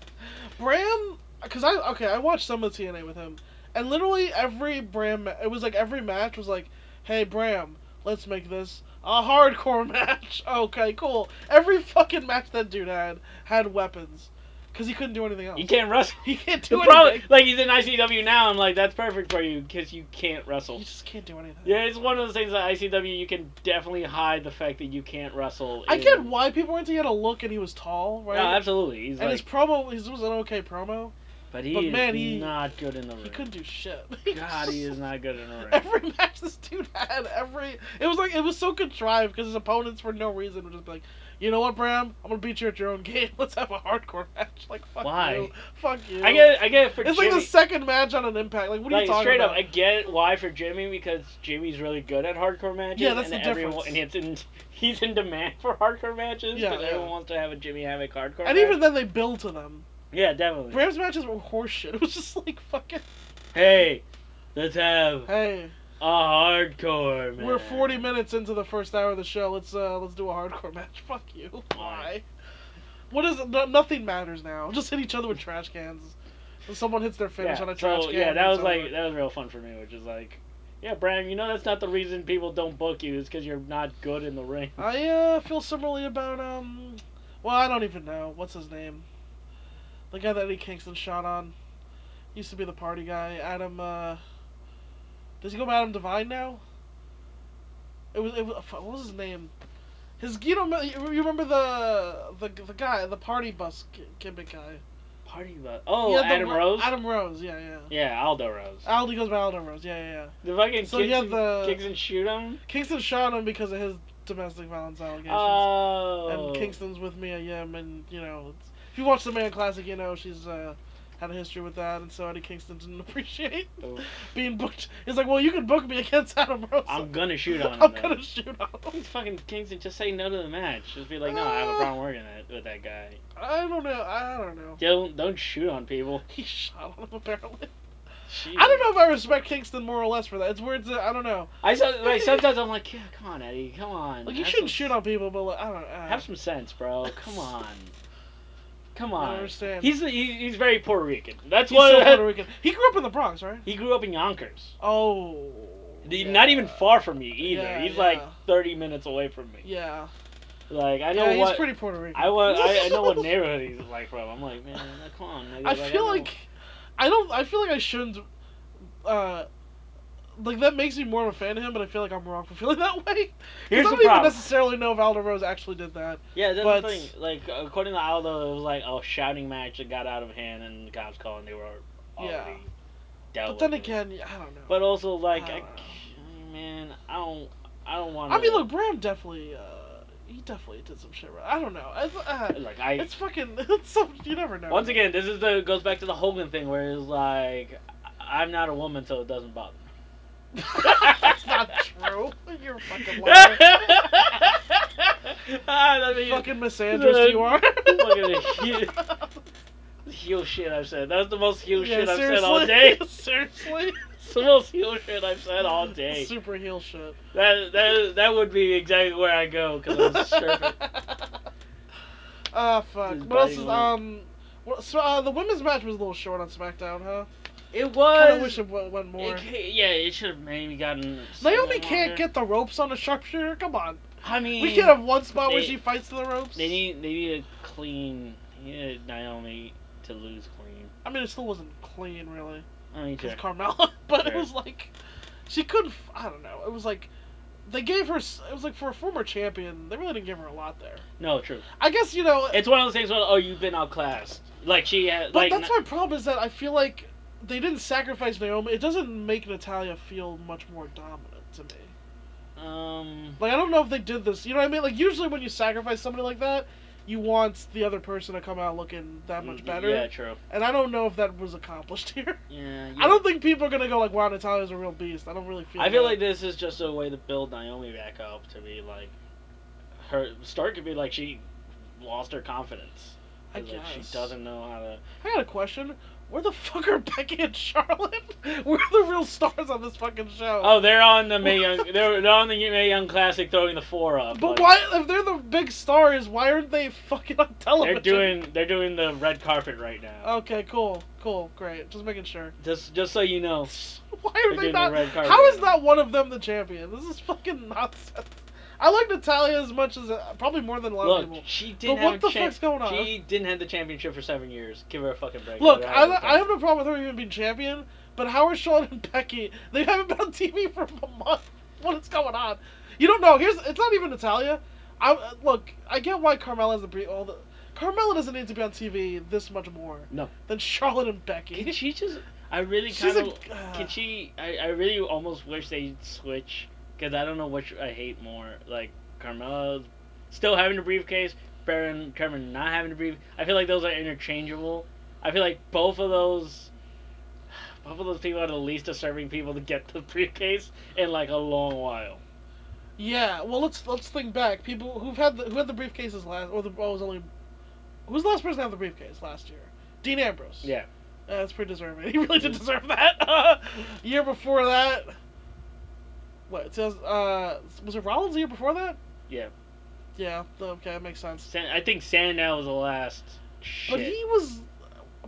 A: Bram, because I okay, I watched some of TNA with him, and literally every Bram, ma- it was like every match was like, "Hey Bram, let's make this a hardcore match." Okay, cool. Every fucking match that dude had had weapons, because he couldn't do anything else.
B: You can't wrestle.
A: He can't do
B: The problem,
A: anything.
B: like he's in ICW now. I'm like, that's perfect for you because you can't
A: You
B: wrestle.
A: just can't do anything.
B: Yeah, it's one of those things that ICW you can definitely hide the fact that you can't wrestle.
A: I
B: in-
A: get why people went to. He had a look and he was tall, right?
B: No, absolutely. He's
A: And
B: like,
A: his promo, his was an okay promo.
B: But he
A: But
B: is
A: man, he-
B: not good in the ring.
A: He couldn't do shit.
B: God, he is not good in the ring.
A: Every match this dude had, every it was like it was so contrived because his opponents for no reason would just be like, you know what, Bram, I'm gonna beat you at your own game. Let's have a hardcore match. Like fuck
B: Why?
A: you, fuck you.
B: I get, it, I get it for
A: it's
B: Jimmy.
A: like the second match on an Impact. Like what are
B: Like,
A: you talking
B: straight
A: about?
B: up, I get it why for Jimmy because Jimmy's really good at hardcore matches.
A: Yeah, that's
B: and
A: the
B: everyone, And it's in, he's in demand for hardcore matches.
A: Yeah,
B: because
A: yeah.
B: everyone wants to have a Jimmy Havoc hardcore.
A: and
B: match.
A: even then they build to them.
B: yeah, definitely.
A: Bram's matches were horseshit. It was just like fucking
B: Hey, let's have a
A: hey,
B: hardcore. Man.
A: we're 40 minutes into the first hour of the show. Let's uh let's do a hardcore match. Fuck you. Why?
B: Why?
A: What is it? No, nothing matters now. Just hit each other with trash cans. When someone hits their finish
B: yeah,
A: on a trash
B: so,
A: can.
B: yeah, that was
A: it's over.
B: like that was real fun for me, which is like, yeah, Bram, you know that's not the reason people don't book you is because you're not good in the ring.
A: I uh, feel similarly about um. Well, I don't even know what's his name. The guy that Eddie Kingston shot on used to be the party guy. Adam. uh... Does he go by Adam Devine now? It was. It was. What was his name? His. You don't. remember- You remember the the the guy, the party bus gi- gimmick guy.
B: Party bus. Oh,
A: Yeah, the
B: Adam Uh,
A: Ro-
B: Rose.
A: Adam Rose. Yeah, yeah.
B: Yeah, Aldo Rose.
A: Aldi goes by Aldo Rose. Yeah, yeah, yeah.
B: The fucking
A: So
B: kicks,
A: you have
B: and,
A: the-
B: kicks and shoot him.
A: Kingston shot him because of his domestic violence allegations.
B: Oh.
A: and Kingston's with Mia Yim, and you know, it's, if you watch the Man Classic, you know she's uh, had a history with that, and so Eddie Kingston didn't appreciate
B: Oh.
A: being booked. He's like, well, you can book me against Adam Rose.
B: I'm gonna shoot on him.
A: I'm
B: though.
A: gonna shoot on him.
B: Please, fucking Kingston, just say no to the match. Just be like, no, I have a
A: Ah.
B: problem working that, with that guy.
A: I don't know. I don't know.
B: Don't don't shoot on people.
A: He shot on him apparently.
B: Jeez.
A: I don't know if I respect Kingston more or less for that. It's weird. To, I don't know.
B: I so, like sometimes I'm like, yeah, come on, Eddie, come on.
A: Like you
B: Have
A: shouldn't
B: some-
A: shoot on people, but like, I don't. Uh,
B: Have some sense, bro. Come on. Come
A: I
B: on.
A: don't understand.
B: He's he, he's very Puerto Rican. That's
A: He's
B: what
A: so Puerto Rican. He grew up in the Bronx, right?
B: he grew up in Yonkers.
A: Oh.
B: The-
A: yeah.
B: Not even far from me either.
A: Yeah,
B: he's
A: yeah.
B: like 30 minutes away from me.
A: Yeah.
B: Like I know
A: Yeah, he's
B: what
A: pretty Puerto Rican.
B: I want. I, I know what neighborhood he's like from. I'm like, man, like, come on. nigga,
A: I feel
B: know-
A: like I don't. I feel like I shouldn't. Uh, like that makes me more of a fan of him, but I feel like I'm wrong for feeling that way. 'Cause
B: here's
A: I
B: the
A: don't even
B: problem.
A: necessarily know if Aldo Rose actually did that.
B: yeah, that's
A: but-
B: the thing. Like according to Aldo, it was like oh, shouting match that got out of hand and the cops called and they were already
A: Yeah.
B: dealt
A: but then
B: with it.
A: again, I don't know.
B: but also like,
A: I
B: I,
A: don't
B: c- man, I don't, I don't want.
A: I mean, look, Bram definitely. Uh, he definitely did some shit. Right. I don't know. It's, uh,
B: like I.
A: it's fucking. It's so, you never know.
B: Once again, this is the goes back to the Hogan thing where it's like, I- I'm not a woman, so it doesn't bother. me.
A: That's not Drew. You're a fucking liar.
B: ah, that
A: You
B: means
A: fucking misandrist you are.
B: Fucking heel shit I've said. That's the most heel shit I've said all day.
A: seriously.
B: It's the most heel shit I've said all day.
A: Super heel shit.
B: That that that would be exactly where I go because I'm surfing.
A: Ah, fuck.
B: Just
A: What else
B: biting
A: is,
B: on it.
A: um... What, so, uh, the women's match was a little short on SmackDown, huh?
B: It
A: I
B: was.
A: kinda wish it w- went more.
B: It ca- yeah, it should have maybe gotten.
A: Naomi
B: somewhat
A: can't
B: longer.
A: get the ropes on a sharpshooter. Come on,
B: I mean,
A: we can have one spot where
B: they-
A: she fights to the ropes.
B: They need they need a clean. They need Naomi to lose clean.
A: I mean, it still wasn't clean, really,
B: I mean,
A: because
B: sure.
A: Carmella. But it
B: Sure.
A: was like she could. not I don't know. It was like they gave her. s- It was like for a former champion, they really didn't give her a lot there.
B: no, true.
A: I guess you know.
B: It's one of those things where oh, you've been outclassed. Like she had
A: but
B: like.
A: that's my problem is that I feel like they didn't sacrifice Naomi. It doesn't make Natalia feel much more dominant to me.
B: um.
A: Like I don't know if they did this. You know what I mean? Like usually when you sacrifice somebody like that, you want the other person to come out looking that much better.
B: mm, Yeah, true.
A: And I don't know if that was accomplished here.
B: Yeah.
A: I don't think people are gonna go like, "Wow, Natalia's a real beast." I don't really feel.
B: I feel
A: that.
B: like this is just a way to build Naomi back up to be like her start could be like she lost her confidence.
A: I
B: Like, she
A: guess.
B: doesn't know how to
A: I got a question. Where the fuck are Becky and Charlotte? Where are the real stars on this fucking show?
B: Oh, they're on the May Young they're, they're on the May Young Classic throwing the four up.
A: but
B: like,
A: why, if they're the big stars, why aren't they fucking on
B: they're
A: television?
B: doing they're doing the red carpet right now.
A: Okay, cool, cool, great. Just making sure.
B: Just just so you know.
A: Why are
B: They're
A: they
B: doing the
A: not?
B: red carpet
A: How is
B: right now.
A: not one of them the champion? This is fucking nonsense. I like Natalia as much as uh, probably more than a lot of
B: Look,
A: people.
B: she didn't
A: But
B: have
A: what the
B: a
A: fuck's going on?
B: She didn't have the championship for seven years. Give her a fucking break.
A: Look,
B: Let her
A: I,
B: have it.
A: I have no problem with her even being champion, but how are Sean and Becky? They haven't been on TV for a month. What is going on? You don't know. Here's it's not even Natalia. I uh, look. I get why Carmella has to be all the. Carmella doesn't need to be on TV this much more.
B: No.
A: Than Charlotte and
B: Can
A: Becky.
B: she just? I really
A: She's
B: kind
A: a. uh.
B: of. Can she? I, I really almost wish they switch because I don't know which I hate more. Like Carmella still having the briefcase, Baron Cameron not having the brief. I feel like those are interchangeable. I feel like both of those. Both of those people are the least deserving people to get the briefcase in like a long while.
A: yeah. Well, let's let's think back. People who've had the, who had the briefcases last, or the oh, it was only. Who was the last person to have the briefcase last year? Dean Ambrose.
B: Yeah. Mm-hmm.
A: Uh, that's pretty deserving. He really did deserve that. year before that, what? It says, uh, was it Rollins the year before that?
B: Yeah.
A: Yeah. th- Okay, that makes sense.
B: San, I think Sandow was the last. Shit.
A: But he was,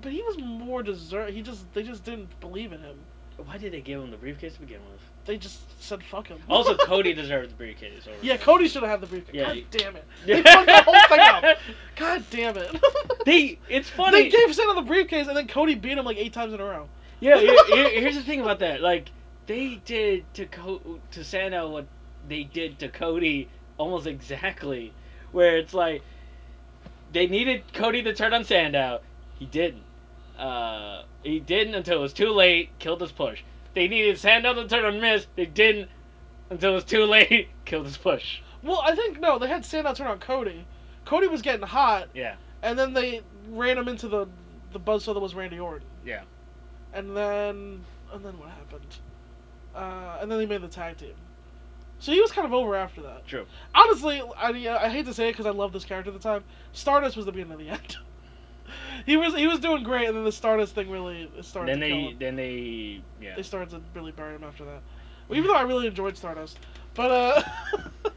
A: but he was more deserve. He just they just didn't believe in him.
B: Why did they give him the briefcase to begin with?
A: They just said fuck him.
B: Also, Cody deserved the briefcase. Over
A: yeah,
B: him.
A: Cody should have had the briefcase.
B: Yeah.
A: God damn it. They fucked the whole thing up. God damn it.
B: They, it's funny.
A: They gave Santa the briefcase and then Cody beat him like eight times in a row.
B: Yeah, here- here- here's the thing about that. Like, they did to Co- to Santa what they did to Cody almost exactly, where it's like they needed Cody to turn on Sandow. He didn't. Uh, he didn't until it was too late. Killed his push. They needed Sandow to turn on Miz. They didn't until it was too late. Killed his push.
A: Well, I think no, they had Sandow turn on Cody. Cody was getting hot,
B: Yeah.
A: and then they ran him into the the buzzsaw that was Randy Orton.
B: Yeah.
A: And then and then what happened? Uh, and then they made the tag team. So he was kind of over after that.
B: True.
A: Honestly, I mean, I hate to say it because I love this character at the time. Stardust was the beginning of the end. he was he was doing great, and then the Stardust thing really it started.
B: Then
A: to kill
B: they,
A: him.
B: then they, yeah.
A: they started to really bury him after that. Well, even though I really enjoyed Stardust, but uh.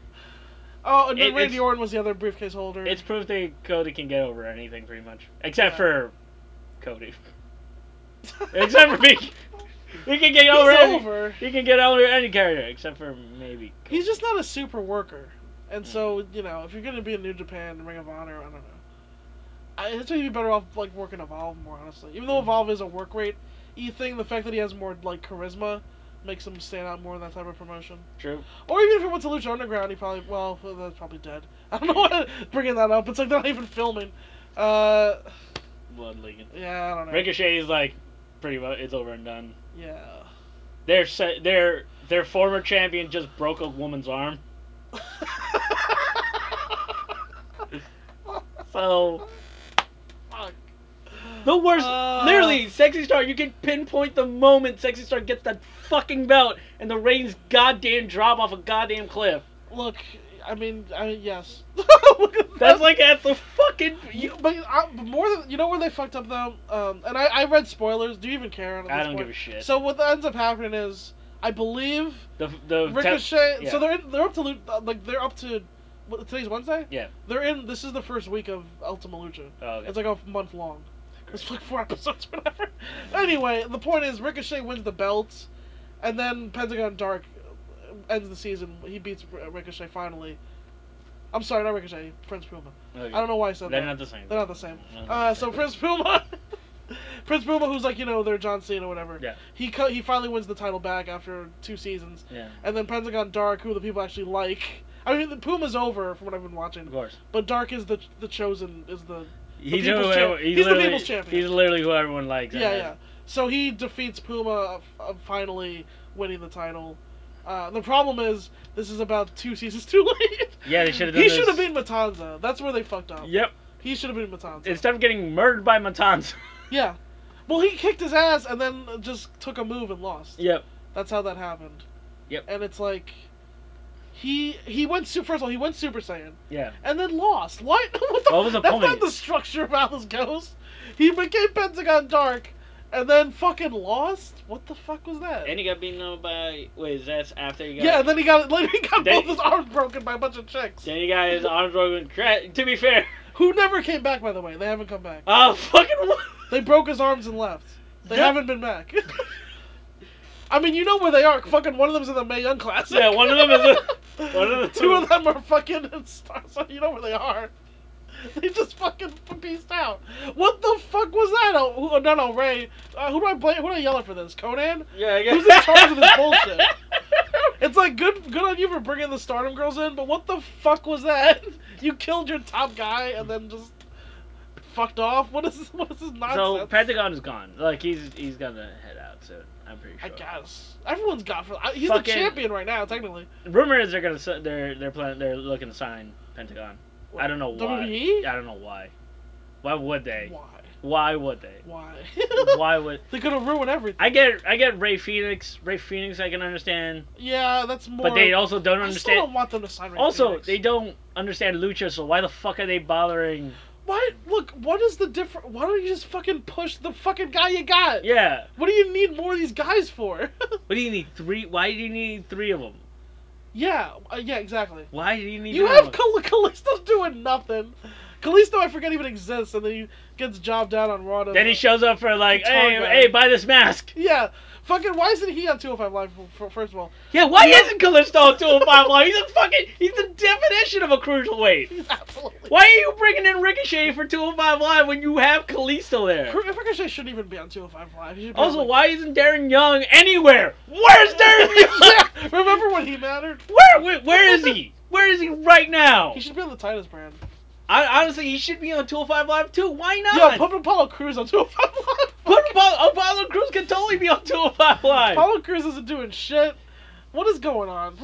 A: Oh, and
B: It-
A: then
B: it's-
A: Randy Orton was the other briefcase holder.
B: It's proof that Cody can get over anything pretty much, except
A: Yeah.
B: for Cody. except for me. He can get over,
A: He's
B: any,
A: over.
B: He can get over any character except for maybe. Cody.
A: He's just not a super worker, and
B: Mm.
A: so you know if you're gonna be in New Japan, Ring of Honor, I don't know. I, it's maybe better off like working Evolve more honestly. Even though
B: Mm.
A: Evolve is a work rate e thing, the fact that he has more like charisma makes him stand out more in that type of promotion.
B: true.
A: Or even if he went to Lucha Underground, he probably well that's probably dead. I don't know why I'm bringing that up. It's like they're not even filming. Uh,
B: Blood League.
A: yeah, I don't know.
B: Ricochet is like pretty much it's over and done.
A: Yeah.
B: Their se- their their former champion just broke a woman's arm. So
A: Fuck.
B: The worst,
A: Uh.
B: literally, Sexy Star. You can pinpoint the moment Sexy Star gets that fucking belt, and the Reigns goddamn drop off a goddamn cliff.
A: Look, I mean, I yes.
B: That's like at the fucking.
A: You,
B: You,
A: but uh, but more than you know where they fucked up though. Um, and I, I read spoilers. Do you even care? At
B: I
A: this
B: don't
A: point?
B: give a shit.
A: So what ends up happening is, I believe
B: the the
A: Ricochet.
B: yeah.
A: So they're in, they're up to Lu- uh, like they're up to what, today's Wednesday.
B: Yeah.
A: They're in. This is the first week of Ultima Lucha.
B: Oh, okay.
A: It's like a month long. It's like four episodes, whatever. anyway, the point is Ricochet wins the belt, and then Pentagon Dark ends the season. He beats R- Ricochet finally. I'm sorry, not Ricochet, Prince Puma.
B: Okay.
A: I don't know why I said
B: They're
A: that.
B: not the same.
A: They're not the same.
B: No, no,
A: Uh,
B: no.
A: so Prince Puma, Prince Puma, who's like you know their John Cena or whatever.
B: Yeah.
A: He co- he finally wins the title back after two seasons,
B: Yeah,
A: and then Pentagon Dark, who the people actually like. I mean, the Puma's over from what I've been
B: of
A: watching,
B: course.
A: but Dark is the the chosen is the
B: He's,
A: people's
B: who-
A: champ-
B: he's
A: he's the
B: literally,
A: people's champion.
B: He's literally who everyone likes. I
A: yeah,
B: guess.
A: yeah. So he defeats Puma, uh, finally winning the title. Uh, the problem is this is about two seasons too late.
B: Yeah, they should have done
A: He
B: this.
A: should have been Matanza. That's where they fucked up.
B: Yep.
A: He should have been Matanza.
B: Instead of getting murdered by Matanz.
A: Yeah. Well, he kicked his ass and then just took a move and lost.
B: yep.
A: That's how that happened.
B: Yep.
A: And it's like he he went super. First of all, he went Super Saiyan
B: Yeah.
A: and then lost. What? what the,
B: What was the
A: that's
B: point?
A: not the structure of Alice Goes. He became Pentagon Dark and then fucking lost. What the fuck was that?
B: he got beaten up by. Wait, is that after he
A: yeah, and then he got later he got
B: They-
A: both his arms broken by a bunch of chicks
B: Then he got his arms broken. Cra- To be fair.
A: who never came back. By the way, they haven't come back.
B: Oh, fucking what?
A: They broke his arms and left. They
B: Yep.
A: haven't been back. I mean, you know where they are. Fucking one of them's in the Mae Young Classic.
B: Yeah, one of them is a- one of them-
A: Two of them are fucking in Star. So you know where they are. They just fucking pieced out. What the fuck was that? Oh, who- oh, no, no, Ray. Uh, who do I blame? Who do I yell at for this? Conan?
B: Yeah, I guess.
A: Who's in charge of this bullshit? It's like good, good on you for bringing the Stardom girls in, but what the fuck was that? You killed your top guy and then just fucked off. What is what is this nonsense?
B: So Pentagon is gone. Like he's he's gonna head out soon. I'm pretty
A: I
B: sure.
A: guess everyone's got for. I- He's
B: Fucking-
A: the champion right now, technically.
B: Rumor is they're gonna s- they're they're planning they're looking to sign Pentagon. I don't know why.
A: WWE?
B: I don't know why. Why would they?
A: E? Why?
B: Why would they?
A: Why?
B: Why would
A: They're gonna ruin everything.
B: I get I get Ray Phoenix. Ray Phoenix I can understand,
A: Yeah, that's more.
B: but they also don't
A: I still
B: understand.
A: don't want them to sign. Ray
B: also,
A: Phoenix.
B: they don't understand lucha, so why the fuck are they bothering?
A: Why? Look, what is the difference? Why don't you just fucking push the fucking guy you got?
B: Yeah.
A: What do you need more of these guys for?
B: What do you need three? Why do you need three of them?
A: yeah, uh, yeah, exactly.
B: Why do you need?
A: You
B: three
A: have
B: of 'em?
A: Cal- Kalisto doing nothing. Kalisto, I forget even exists, and then he gets jobbed out on Raw. to-
B: Then he shows up for like,
A: Guitar
B: hey,
A: guy.
B: hey, buy this mask.
A: Yeah, fucking. Why isn't he on 205 Live? f- f- First of all,
B: Yeah, why isn't Callisto a 205 live? He's a fucking, he's the definition of a cruiserweight.
A: he's absolutely.
B: Why are you bringing in Ricochet for 205 live when you have Callisto there?
A: Cr- Ricochet shouldn't even be on 205 Live. He should be on,
B: Also,
A: like-
B: why isn't Darren Young anywhere? Where's Darren Young?
A: yeah, remember when he mattered?
B: Where, where, where is he? Where is he right now?
A: He should be on the Titus brand.
B: I, honestly, he should be on 205 live too. Why
A: Yeah,
B: not?
A: put Apollo Cruz on 205 Live.
B: Put Apollo, Apollo Cruz can totally be on 205 live.
A: Apollo Cruz isn't doing shit. What is going on?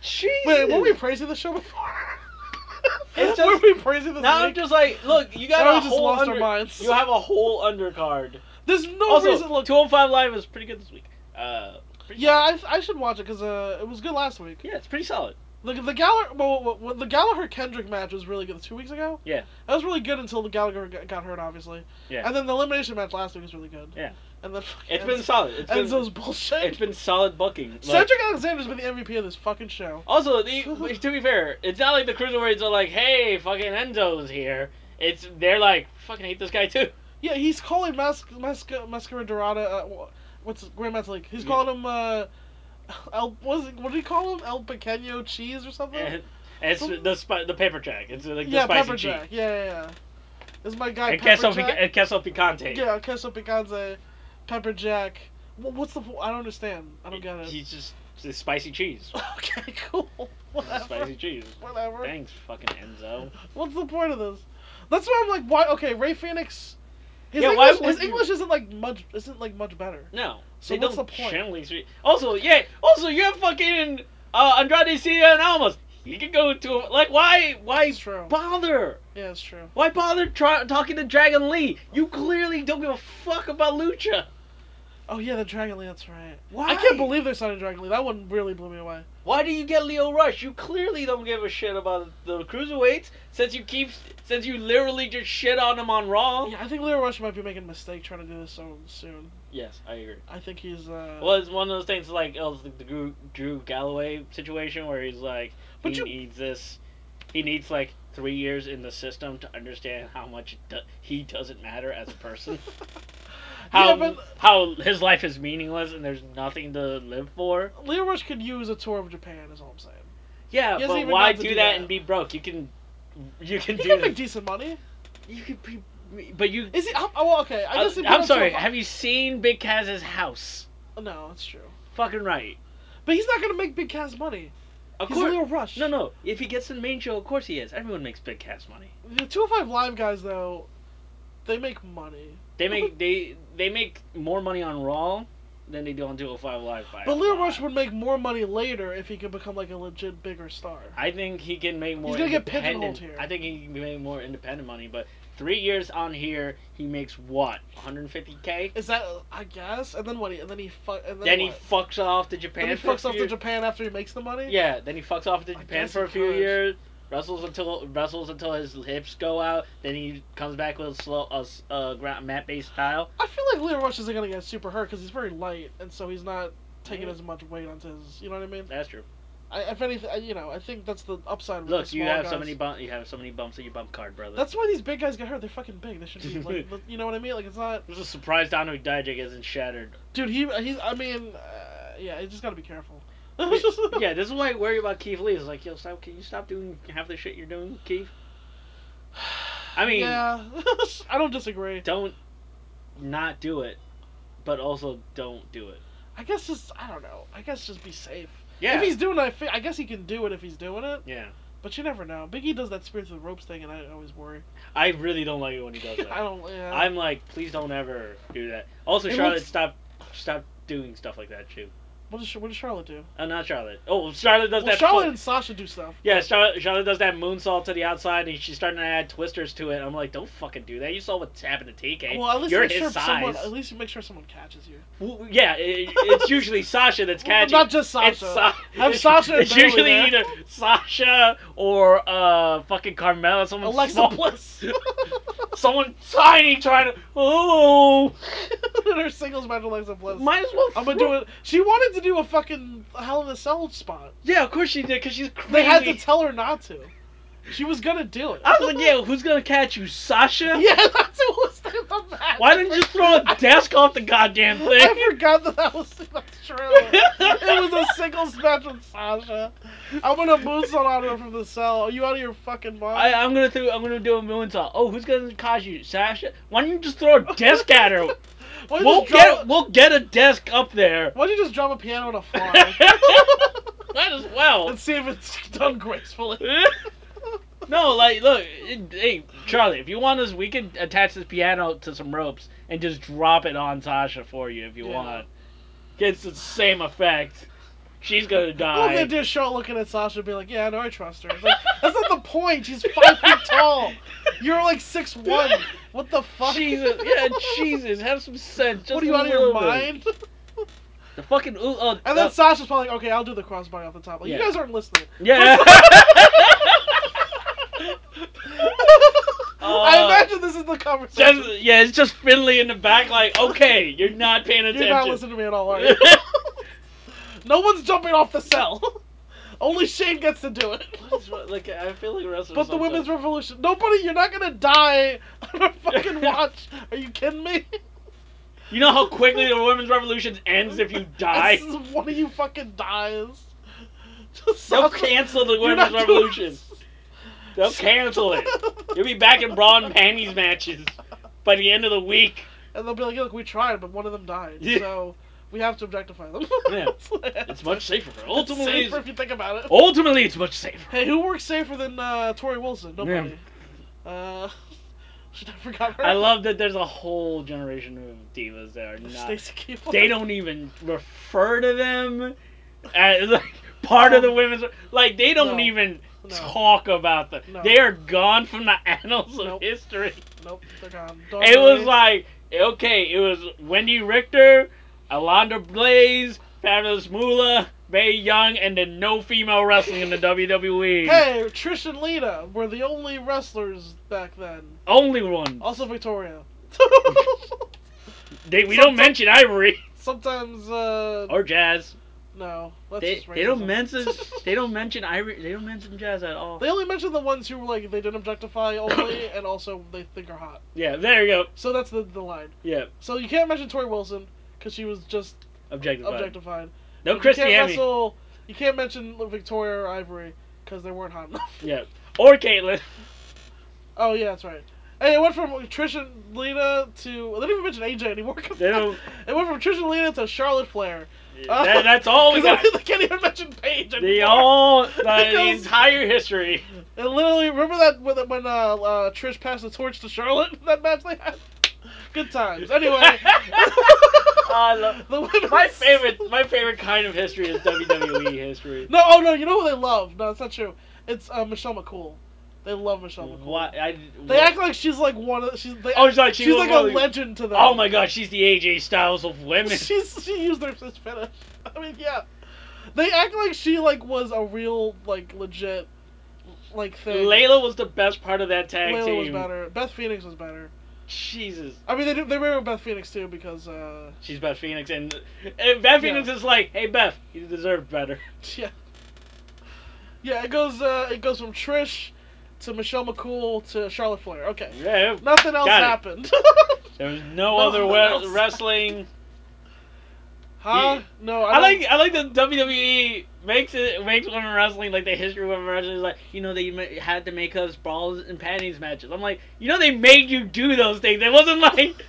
B: Jesus.
A: Wait, were we praising the show before?
B: It's just-
A: were we praising this
B: now I'm
A: week?
B: just like, look, you got
A: Now
B: a
A: we just
B: whole
A: lost our
B: under-
A: minds.
B: You have a whole undercard.
A: There's no
B: also,
A: reason. Look,
B: 205 Live is pretty good this week. Uh, pretty
A: yeah,
B: solid.
A: I, I should watch it because uh, it was good last week.
B: yeah, it's pretty solid.
A: The the Gallagher well, well, well, the Gallagher Kendrick match was really good two weeks ago.
B: Yeah.
A: that was really good until the Gallagher got, got hurt, obviously.
B: Yeah.
A: and then the elimination match last week was really good.
B: Yeah.
A: and then
B: It's been solid. It's been,
A: Enzo's bullshit.
B: it's been solid booking. Like,
A: Cedric Alexander's been the MVP of this fucking show.
B: also, the, to be fair, it's not like the cruiserweights are like, "Hey, fucking Enzo's here." It's they're like, "Fucking hate this guy too."
A: Yeah, he's calling Mas- Masca- Mascaradorada. Uh, wh- what's Grandmaster League? He's
B: Yeah.
A: calling him. Uh, El, what, is it, what do you call him? El Pequeño Cheese or something?
B: And, and it's the spi- the paper jack. It's like the
A: yeah,
B: spicy
A: Pepper
B: cheese.
A: Jack. Yeah, yeah, yeah. This is my guy.
B: And
A: Pepper
B: queso,
A: Jack.
B: pic- and queso picante.
A: Yeah, queso picante, uh, pepper jack. Wha- What's the? po- I don't understand. I don't get it.
B: He's just the spicy cheese.
A: Okay, cool.
B: It's
A: Whatever.
B: spicy cheese.
A: Whatever.
B: Thanks, fucking Enzo.
A: What's the point of this? That's why I'm like, why? Okay, Ray Phoenix. His,
B: Yeah,
A: English,
B: why would
A: his
B: you-
A: English isn't like much. Isn't like much better.
B: No.
A: So
B: they
A: what's
B: don't
A: the point?
B: generally speak- Also, yeah. Also, you have fucking uh, Andrade Cien Almas. You could go to him. Like, why? Why
A: It's true.
B: bother?
A: Yeah, it's true.
B: Why bother try, talking to Dragon Lee? You clearly don't give a fuck about Lucha.
A: Oh yeah, the Dragon Lee. That's right.
B: Why?
A: I can't believe they signed a Dragon Lee. That one really blew me away.
B: Why do you get Leo Rush? You clearly don't give a shit about the cruiserweights since you keep since you literally just shit on him on Raw.
A: Oh. Yeah, I think Leo Rush might be making a mistake trying to do this so soon.
B: Yes, I agree.
A: I think he's. Uh,
B: Well, it's one of those things like it was the Drew, Drew Galloway situation where he's like,
A: But
B: he
A: you-
B: needs this, he needs like three years in the system to understand how much do- he doesn't matter as a person, how
A: yeah, but
B: how his life is meaningless and there's nothing to live for.
A: Leo Rush could use a tour of Japan. Is all I'm saying.
B: Yeah,
A: He hasn't
B: but
A: even
B: why
A: got to
B: do
A: do
B: that,
A: that.
B: and be broke? You can, you can
A: He
B: do
A: can
B: that.
A: make decent money.
B: You could be, but you.
A: Is he? Oh, well, okay. I
B: I
A: guess. he put
B: I'm
A: up
B: sorry.
A: to a-
B: Have you seen Big Kaz's house?
A: No, it's true.
B: Fucking right.
A: But he's not gonna make Big Cass money.
B: Of
A: he's
B: course.
A: Leo Rush.
B: No, no. If he gets in the main show, of course he is. Everyone makes big Cass money.
A: The 205 Live guys though, they make money.
B: They make they they make more money on Raw than they do on 205 Live. by a
A: But Leo
B: lot.
A: Rush would make more money later if he could become like a legit bigger star.
B: I think he can make more.
A: gonna get
B: independent-
A: pigeonholed here.
B: I think he can make more independent money, but three years on here, he makes what 150k.
A: Is that I guess? And then what? He, and then he fuck. And then,
B: Then he
A: what?
B: fucks off to Japan.
A: Then he
B: for a
A: fucks off
B: few-
A: to Japan after he makes the money.
B: Yeah, then he fucks off to
A: I
B: Japan
A: guess
B: for
A: he
B: a few
A: could.
B: years. Wrestles until wrestles until his hips go out. Then he comes back with a slow, a s- uh, ground mat based style.
A: I feel like Leo Rush isn't gonna get super hurt because he's very light, and so he's not taking
B: Yeah.
A: as much weight onto his. You know what I mean?
B: That's true.
A: I, if anything, I, you know, I think that's the upside. With
B: Look,
A: the
B: you
A: small
B: have so
A: guys.
B: many bump, you have so many bumps in your bump card, brother.
A: That's why these big guys get hurt. They're fucking big. They should be like, you know what I mean? Like it's not,
B: I'm just surprised Dominic Dijak isn't shattered.
A: dude. He, he's. I mean, uh, yeah. You just gotta be careful.
B: yeah, this is why I worry about Keith Lee. It's like, yo, stop! Can you stop doing half the shit you're doing, Keith? I mean,
A: yeah. I don't disagree.
B: don't not do it, but also don't do it.
A: I guess just, I don't know. I guess just be safe.
B: Yeah,
A: If he's doing it, I, fi- I guess he can do it if he's doing it.
B: yeah.
A: But you never know. Biggie does that spirits of the ropes thing, and I always worry.
B: I really don't like it when he does that.
A: I don't. Yeah.
B: I'm like, please don't ever do that. Also,
A: It
B: Charlotte,
A: looks-
B: stop, stop doing stuff like that too.
A: What does, Sh- what does Charlotte do?
B: Oh, not Charlotte. Oh, Charlotte does
A: well,
B: that.
A: Charlotte
B: flip.
A: and Sasha do stuff.
B: Yeah, Charlotte, Charlotte does that moonsault to the outside, and she's starting to add twisters to it. I'm like, don't fucking do that. You saw what's happened to TK.
A: Well, at least
B: You're
A: make
B: his
A: sure someone.
B: size.
A: At least you make sure someone catches you.
B: Well, yeah, it, it's usually Sasha that's
A: Well,
B: catching.
A: Not just Sasha.
B: It's Sa-
A: Have
B: it's-
A: Sasha and
B: It's
A: Bayley
B: usually
A: there.
B: either Sasha or uh fucking Carmella, someone
A: Alexa
B: small-
A: Bliss.
B: someone tiny trying to. Oh,
A: in her singles match, with Alexa Bliss.
B: might as well.
A: I'm gonna
B: throw-
A: do it. She wanted to do a fucking Hell in a Cell spot.
B: Yeah, of course she did, cause she's crazy.
A: They had to tell her not to. She was gonna do it.
B: I was like, yeah, who's gonna catch you, Sasha?
A: Yeah, that's who was in the match.
B: Why didn't you just throw a desk off the goddamn thing?
A: I forgot that that was that's true. it was a singles match with Sasha. I'm gonna moonsault on her from the cell. Are you out of your fucking mind?
B: I, I'm gonna throw, I'm gonna do a moonsault. Oh, who's gonna catch you, Sasha? Why don't you just throw a desk at her?
A: Why don't you
B: We'll
A: just drop-
B: get we'll get a desk up there.
A: Why don't you just drop a piano on a fly
B: Might as well.
A: and see if it's done gracefully?
B: no, like, look, it- hey, Charlie, if you want us, we can attach this piano to some ropes and just drop it on Sasha for you if you
A: Yeah.
B: want. Gets the same effect. She's
A: Oh,
B: gonna
A: I'm gonna
B: die.
A: do a show looking at Sasha and be like, "Yeah, I know I trust her." It's like, that's not the point. She's five feet tall. You're like six one. What the fuck?
B: Jesus, yeah, Jesus, have some sense. Just
A: what are you
B: a
A: out of your
B: little bit.
A: mind?
B: The fucking ooh, oh,
A: And then
B: uh,
A: Sasha's probably like, "Okay, I'll do the crossbody off the top." Like,
B: Yeah.
A: you guys aren't listening.
B: uh, yeah. Uh,
A: I imagine this is the conversation.
B: Just, yeah, it's just Finley in the back, like, okay, you're not paying attention.
A: You're not listening to me at all, are you? no one's jumping off the cell. Only Shane gets to do it.
B: What is wrong- like I feel like wrestlers.
A: But the
B: sometimes-
A: women's revolution. Nobody, you're not gonna die on a fucking watch. Are you kidding me?
B: You know how quickly the women's revolution ends if you
A: As
B: die.
A: One of you fucking dies. Just
B: They'll
A: Sasha-
B: cancel the
A: you're
B: women's
A: not doing
B: revolution. They'll cancel it. You'll be back in bra and panties matches by the end of the week.
A: And they'll be like, look, we tried, but one of them died.
B: Yeah.
A: So we have to objectify them.
B: Yeah. It's much safer. Ultimately,
A: safer
B: it's,
A: if you think about it.
B: ultimately, it's much safer.
A: Hey, who works safer than uh, Tori Wilson? Nobody. Uh, should I forgot her?
B: I love that there's a whole generation of divas that are not
A: Stacey Keebler.
B: they don't even refer to them as like part of
A: No.
B: the women's like they don't
A: No.
B: even
A: No.
B: talk about them.
A: No.
B: They are gone from the annals of
A: Nope. Oh,
B: history.
A: Nope, they're gone.
B: It was
A: Dawn-
B: like okay, it was Wendy Richter, Alondra Blaze, Fabulous Moolah, Mae Young, and then no female wrestling in the E. WWE.
A: Hey, Trish and Lita were the only wrestlers back then.
B: Only one.
A: Also Victoria.
B: They, we
A: Some-
B: don't mention Ivory
A: Sometimes, uh,
B: or Jazz.
A: no. That's
B: They,
A: just
B: they don't
A: racism.
B: mention they don't mention Ivory. They don't mention Jazz at all.
A: They only mention the ones who like they didn't objectify only, and also they think are hot.
B: Yeah, there you go.
A: So that's the, the line.
B: Yeah,
A: So you can't mention Tori Wilson because she was just
B: objectified.
A: objectified.
B: No
A: You can't
B: Christianity.
A: wrestle. You can't mention Victoria or Ivory because they weren't hot enough.
B: Yeah, or Caitlyn.
A: Oh yeah, that's right. Hey, it went from Trish and Lena to they didn't even mention AJ anymore. 'cause-
B: They don't.
A: It went from Trish and Lena to Charlotte Flair. Uh,
B: that, that's all we
A: 'Cause
B: got.
A: they can't even mention Paige anymore.
B: The all the, the
A: Because-
B: entire history.
A: It literally remember that when, when uh, uh, Trish passed the torch to Charlotte that match they had. Good times. Anyway,
B: I love-
A: the women's-
B: my favorite, my favorite kind of history is WWE history.
A: No, oh no, you know who they love? No, it's not true. It's uh, Michelle McCool. They love Michelle McCool.
B: Why? I,
A: They act like she's like one of the, she's they,
B: Oh, she's like she
A: she's
B: was
A: like
B: one of
A: a
B: the-
A: legend to them.
B: Oh my God, she's the AJ Styles of women.
A: She's she used her fist finish. I mean, yeah. They act like she like was a real like legit like thing.
B: Layla was the best part of that tag
A: Layla
B: team.
A: was better. Beth Phoenix was better.
B: Jesus.
A: I mean, they do, they remember Beth Phoenix too because uh
B: She's Beth Phoenix, and, and Beth Phoenix is like, "Hey Beth, you deserve better."
A: yeah. Yeah, it goes uh it goes from Trish to Michelle McCool to Charlotte Flair. Okay.
B: Yeah,
A: Nothing else
B: Got it.
A: happened.
B: there was no
A: Nothing
B: other
A: else.
B: we- wrestling.
A: huh? No, I,
B: I,
A: don't-
B: like I like that WWE makes it makes women wrestling like the history of women wrestling is like you know they ma- had to make us brawls and panties matches. I'm like you know they made you do those things. It wasn't like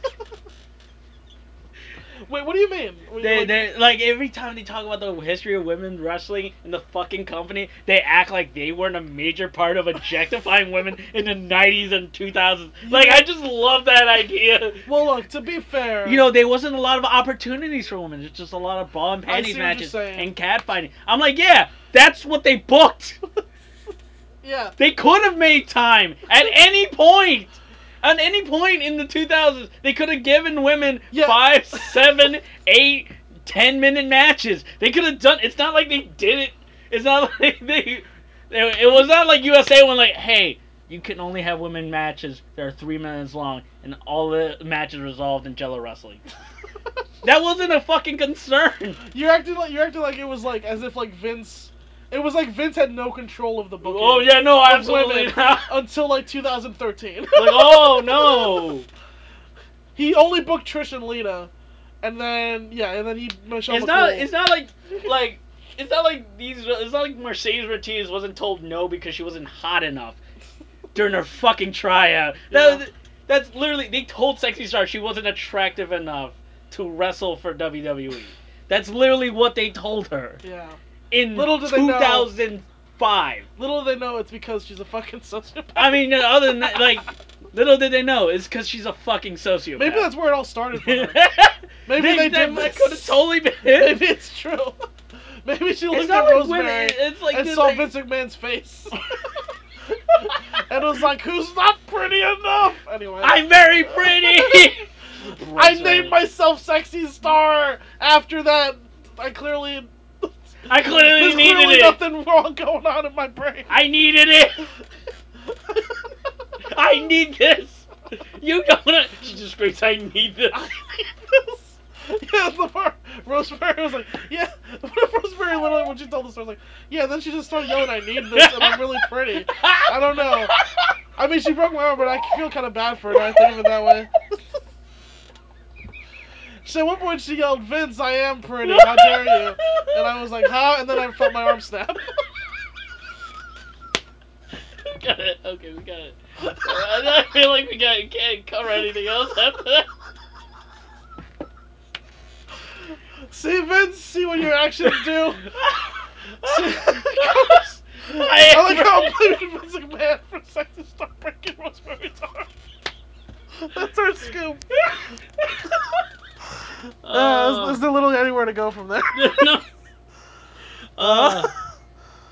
A: Wait, what do you mean? Wait,
B: they
A: like-
B: they like every time they talk about the history of women wrestling in the fucking company, they act like they weren't a major part of objectifying women in the 90s and 2000s. Like I just love that idea.
A: well, look. To be fair,
B: You know, there wasn't a lot of opportunities for women. It's just a lot of ball and
A: I see
B: panties
A: what you're
B: matches
A: saying.
B: and catfighting. I'm like, yeah, that's what they booked.
A: yeah.
B: They could have made time at any point. At any point in the 2000s, they could have given women
A: Yeah.
B: five, seven, eight, ten minute matches. They could have done. It's not like they did it. It's not like they. It, it was not like USA went like, hey, you can only have women matches that are three minutes long, and all the matches resolved in Jello wrestling. that wasn't a fucking concern.
A: You're acting like you're acting like it was like as if like Vince. It was like Vince had no control of the booking.
B: Oh yeah, no,
A: Of
B: absolutely
A: women
B: not.
A: Until like 2013.
B: Like, oh no.
A: He only booked Trish and Lita, and then yeah, and then he Michelle
B: it's
A: McCool.
B: not. It's not like like. It's not like these. It's not like Mercedes Ortiz wasn't told no because she wasn't hot enough during her fucking tryout. That,
A: Yeah.
B: That's literally they told Sexy Star she wasn't attractive enough to wrestle for WWE. That's literally what they told her
A: yeah.
B: in
A: Little did they know.
B: 2005.
A: Little do they know it's because she's a fucking sociopath.
B: I mean, other than that, like, little did they know it's because she's a fucking sociopath.
A: Maybe that's where it all started. For her. Maybe
B: Maybe
A: they
B: that
A: did
B: might
A: this.
B: could have totally been.
A: Maybe it's true. Maybe she
B: It's
A: looked at
B: not like
A: Rosemary
B: women. It's like
A: and
B: this,
A: saw
B: like-
A: Vince McMahon's face, and was like, "Who's not pretty enough?" Anyway,
B: I'm very pretty.
A: I named myself Sexy Star after that. I clearly.
B: I clearly
A: There's
B: needed
A: clearly
B: it.
A: nothing wrong going on in my brain.
B: I needed it. I need this. You don't. She just screams, "I need this."
A: yeah, the part Rosemary was like, yeah. Rosemary literally, when she told the story, was like, yeah. Then she just started yelling, "I need this," and I'm really pretty. I don't know. I mean, she broke my arm, but I feel kind of bad for her. Now I think of it that way. So at one point she yelled, "Vince, I am pretty. How dare you?" And I was like, "Huh?" And then I felt my arm snap.
B: got it. Okay, we got it. I feel like we got can't cover anything else after that.
A: See, Vince, see what your actions do. See-
B: I
A: I like
B: am
A: how I'm blaming Vince McMahon for sex to start breaking Rosemary's arm. That's our scoop. Uh,
B: Uh,
A: there's, there's little anywhere to go from there.
B: no. Oh. Uh,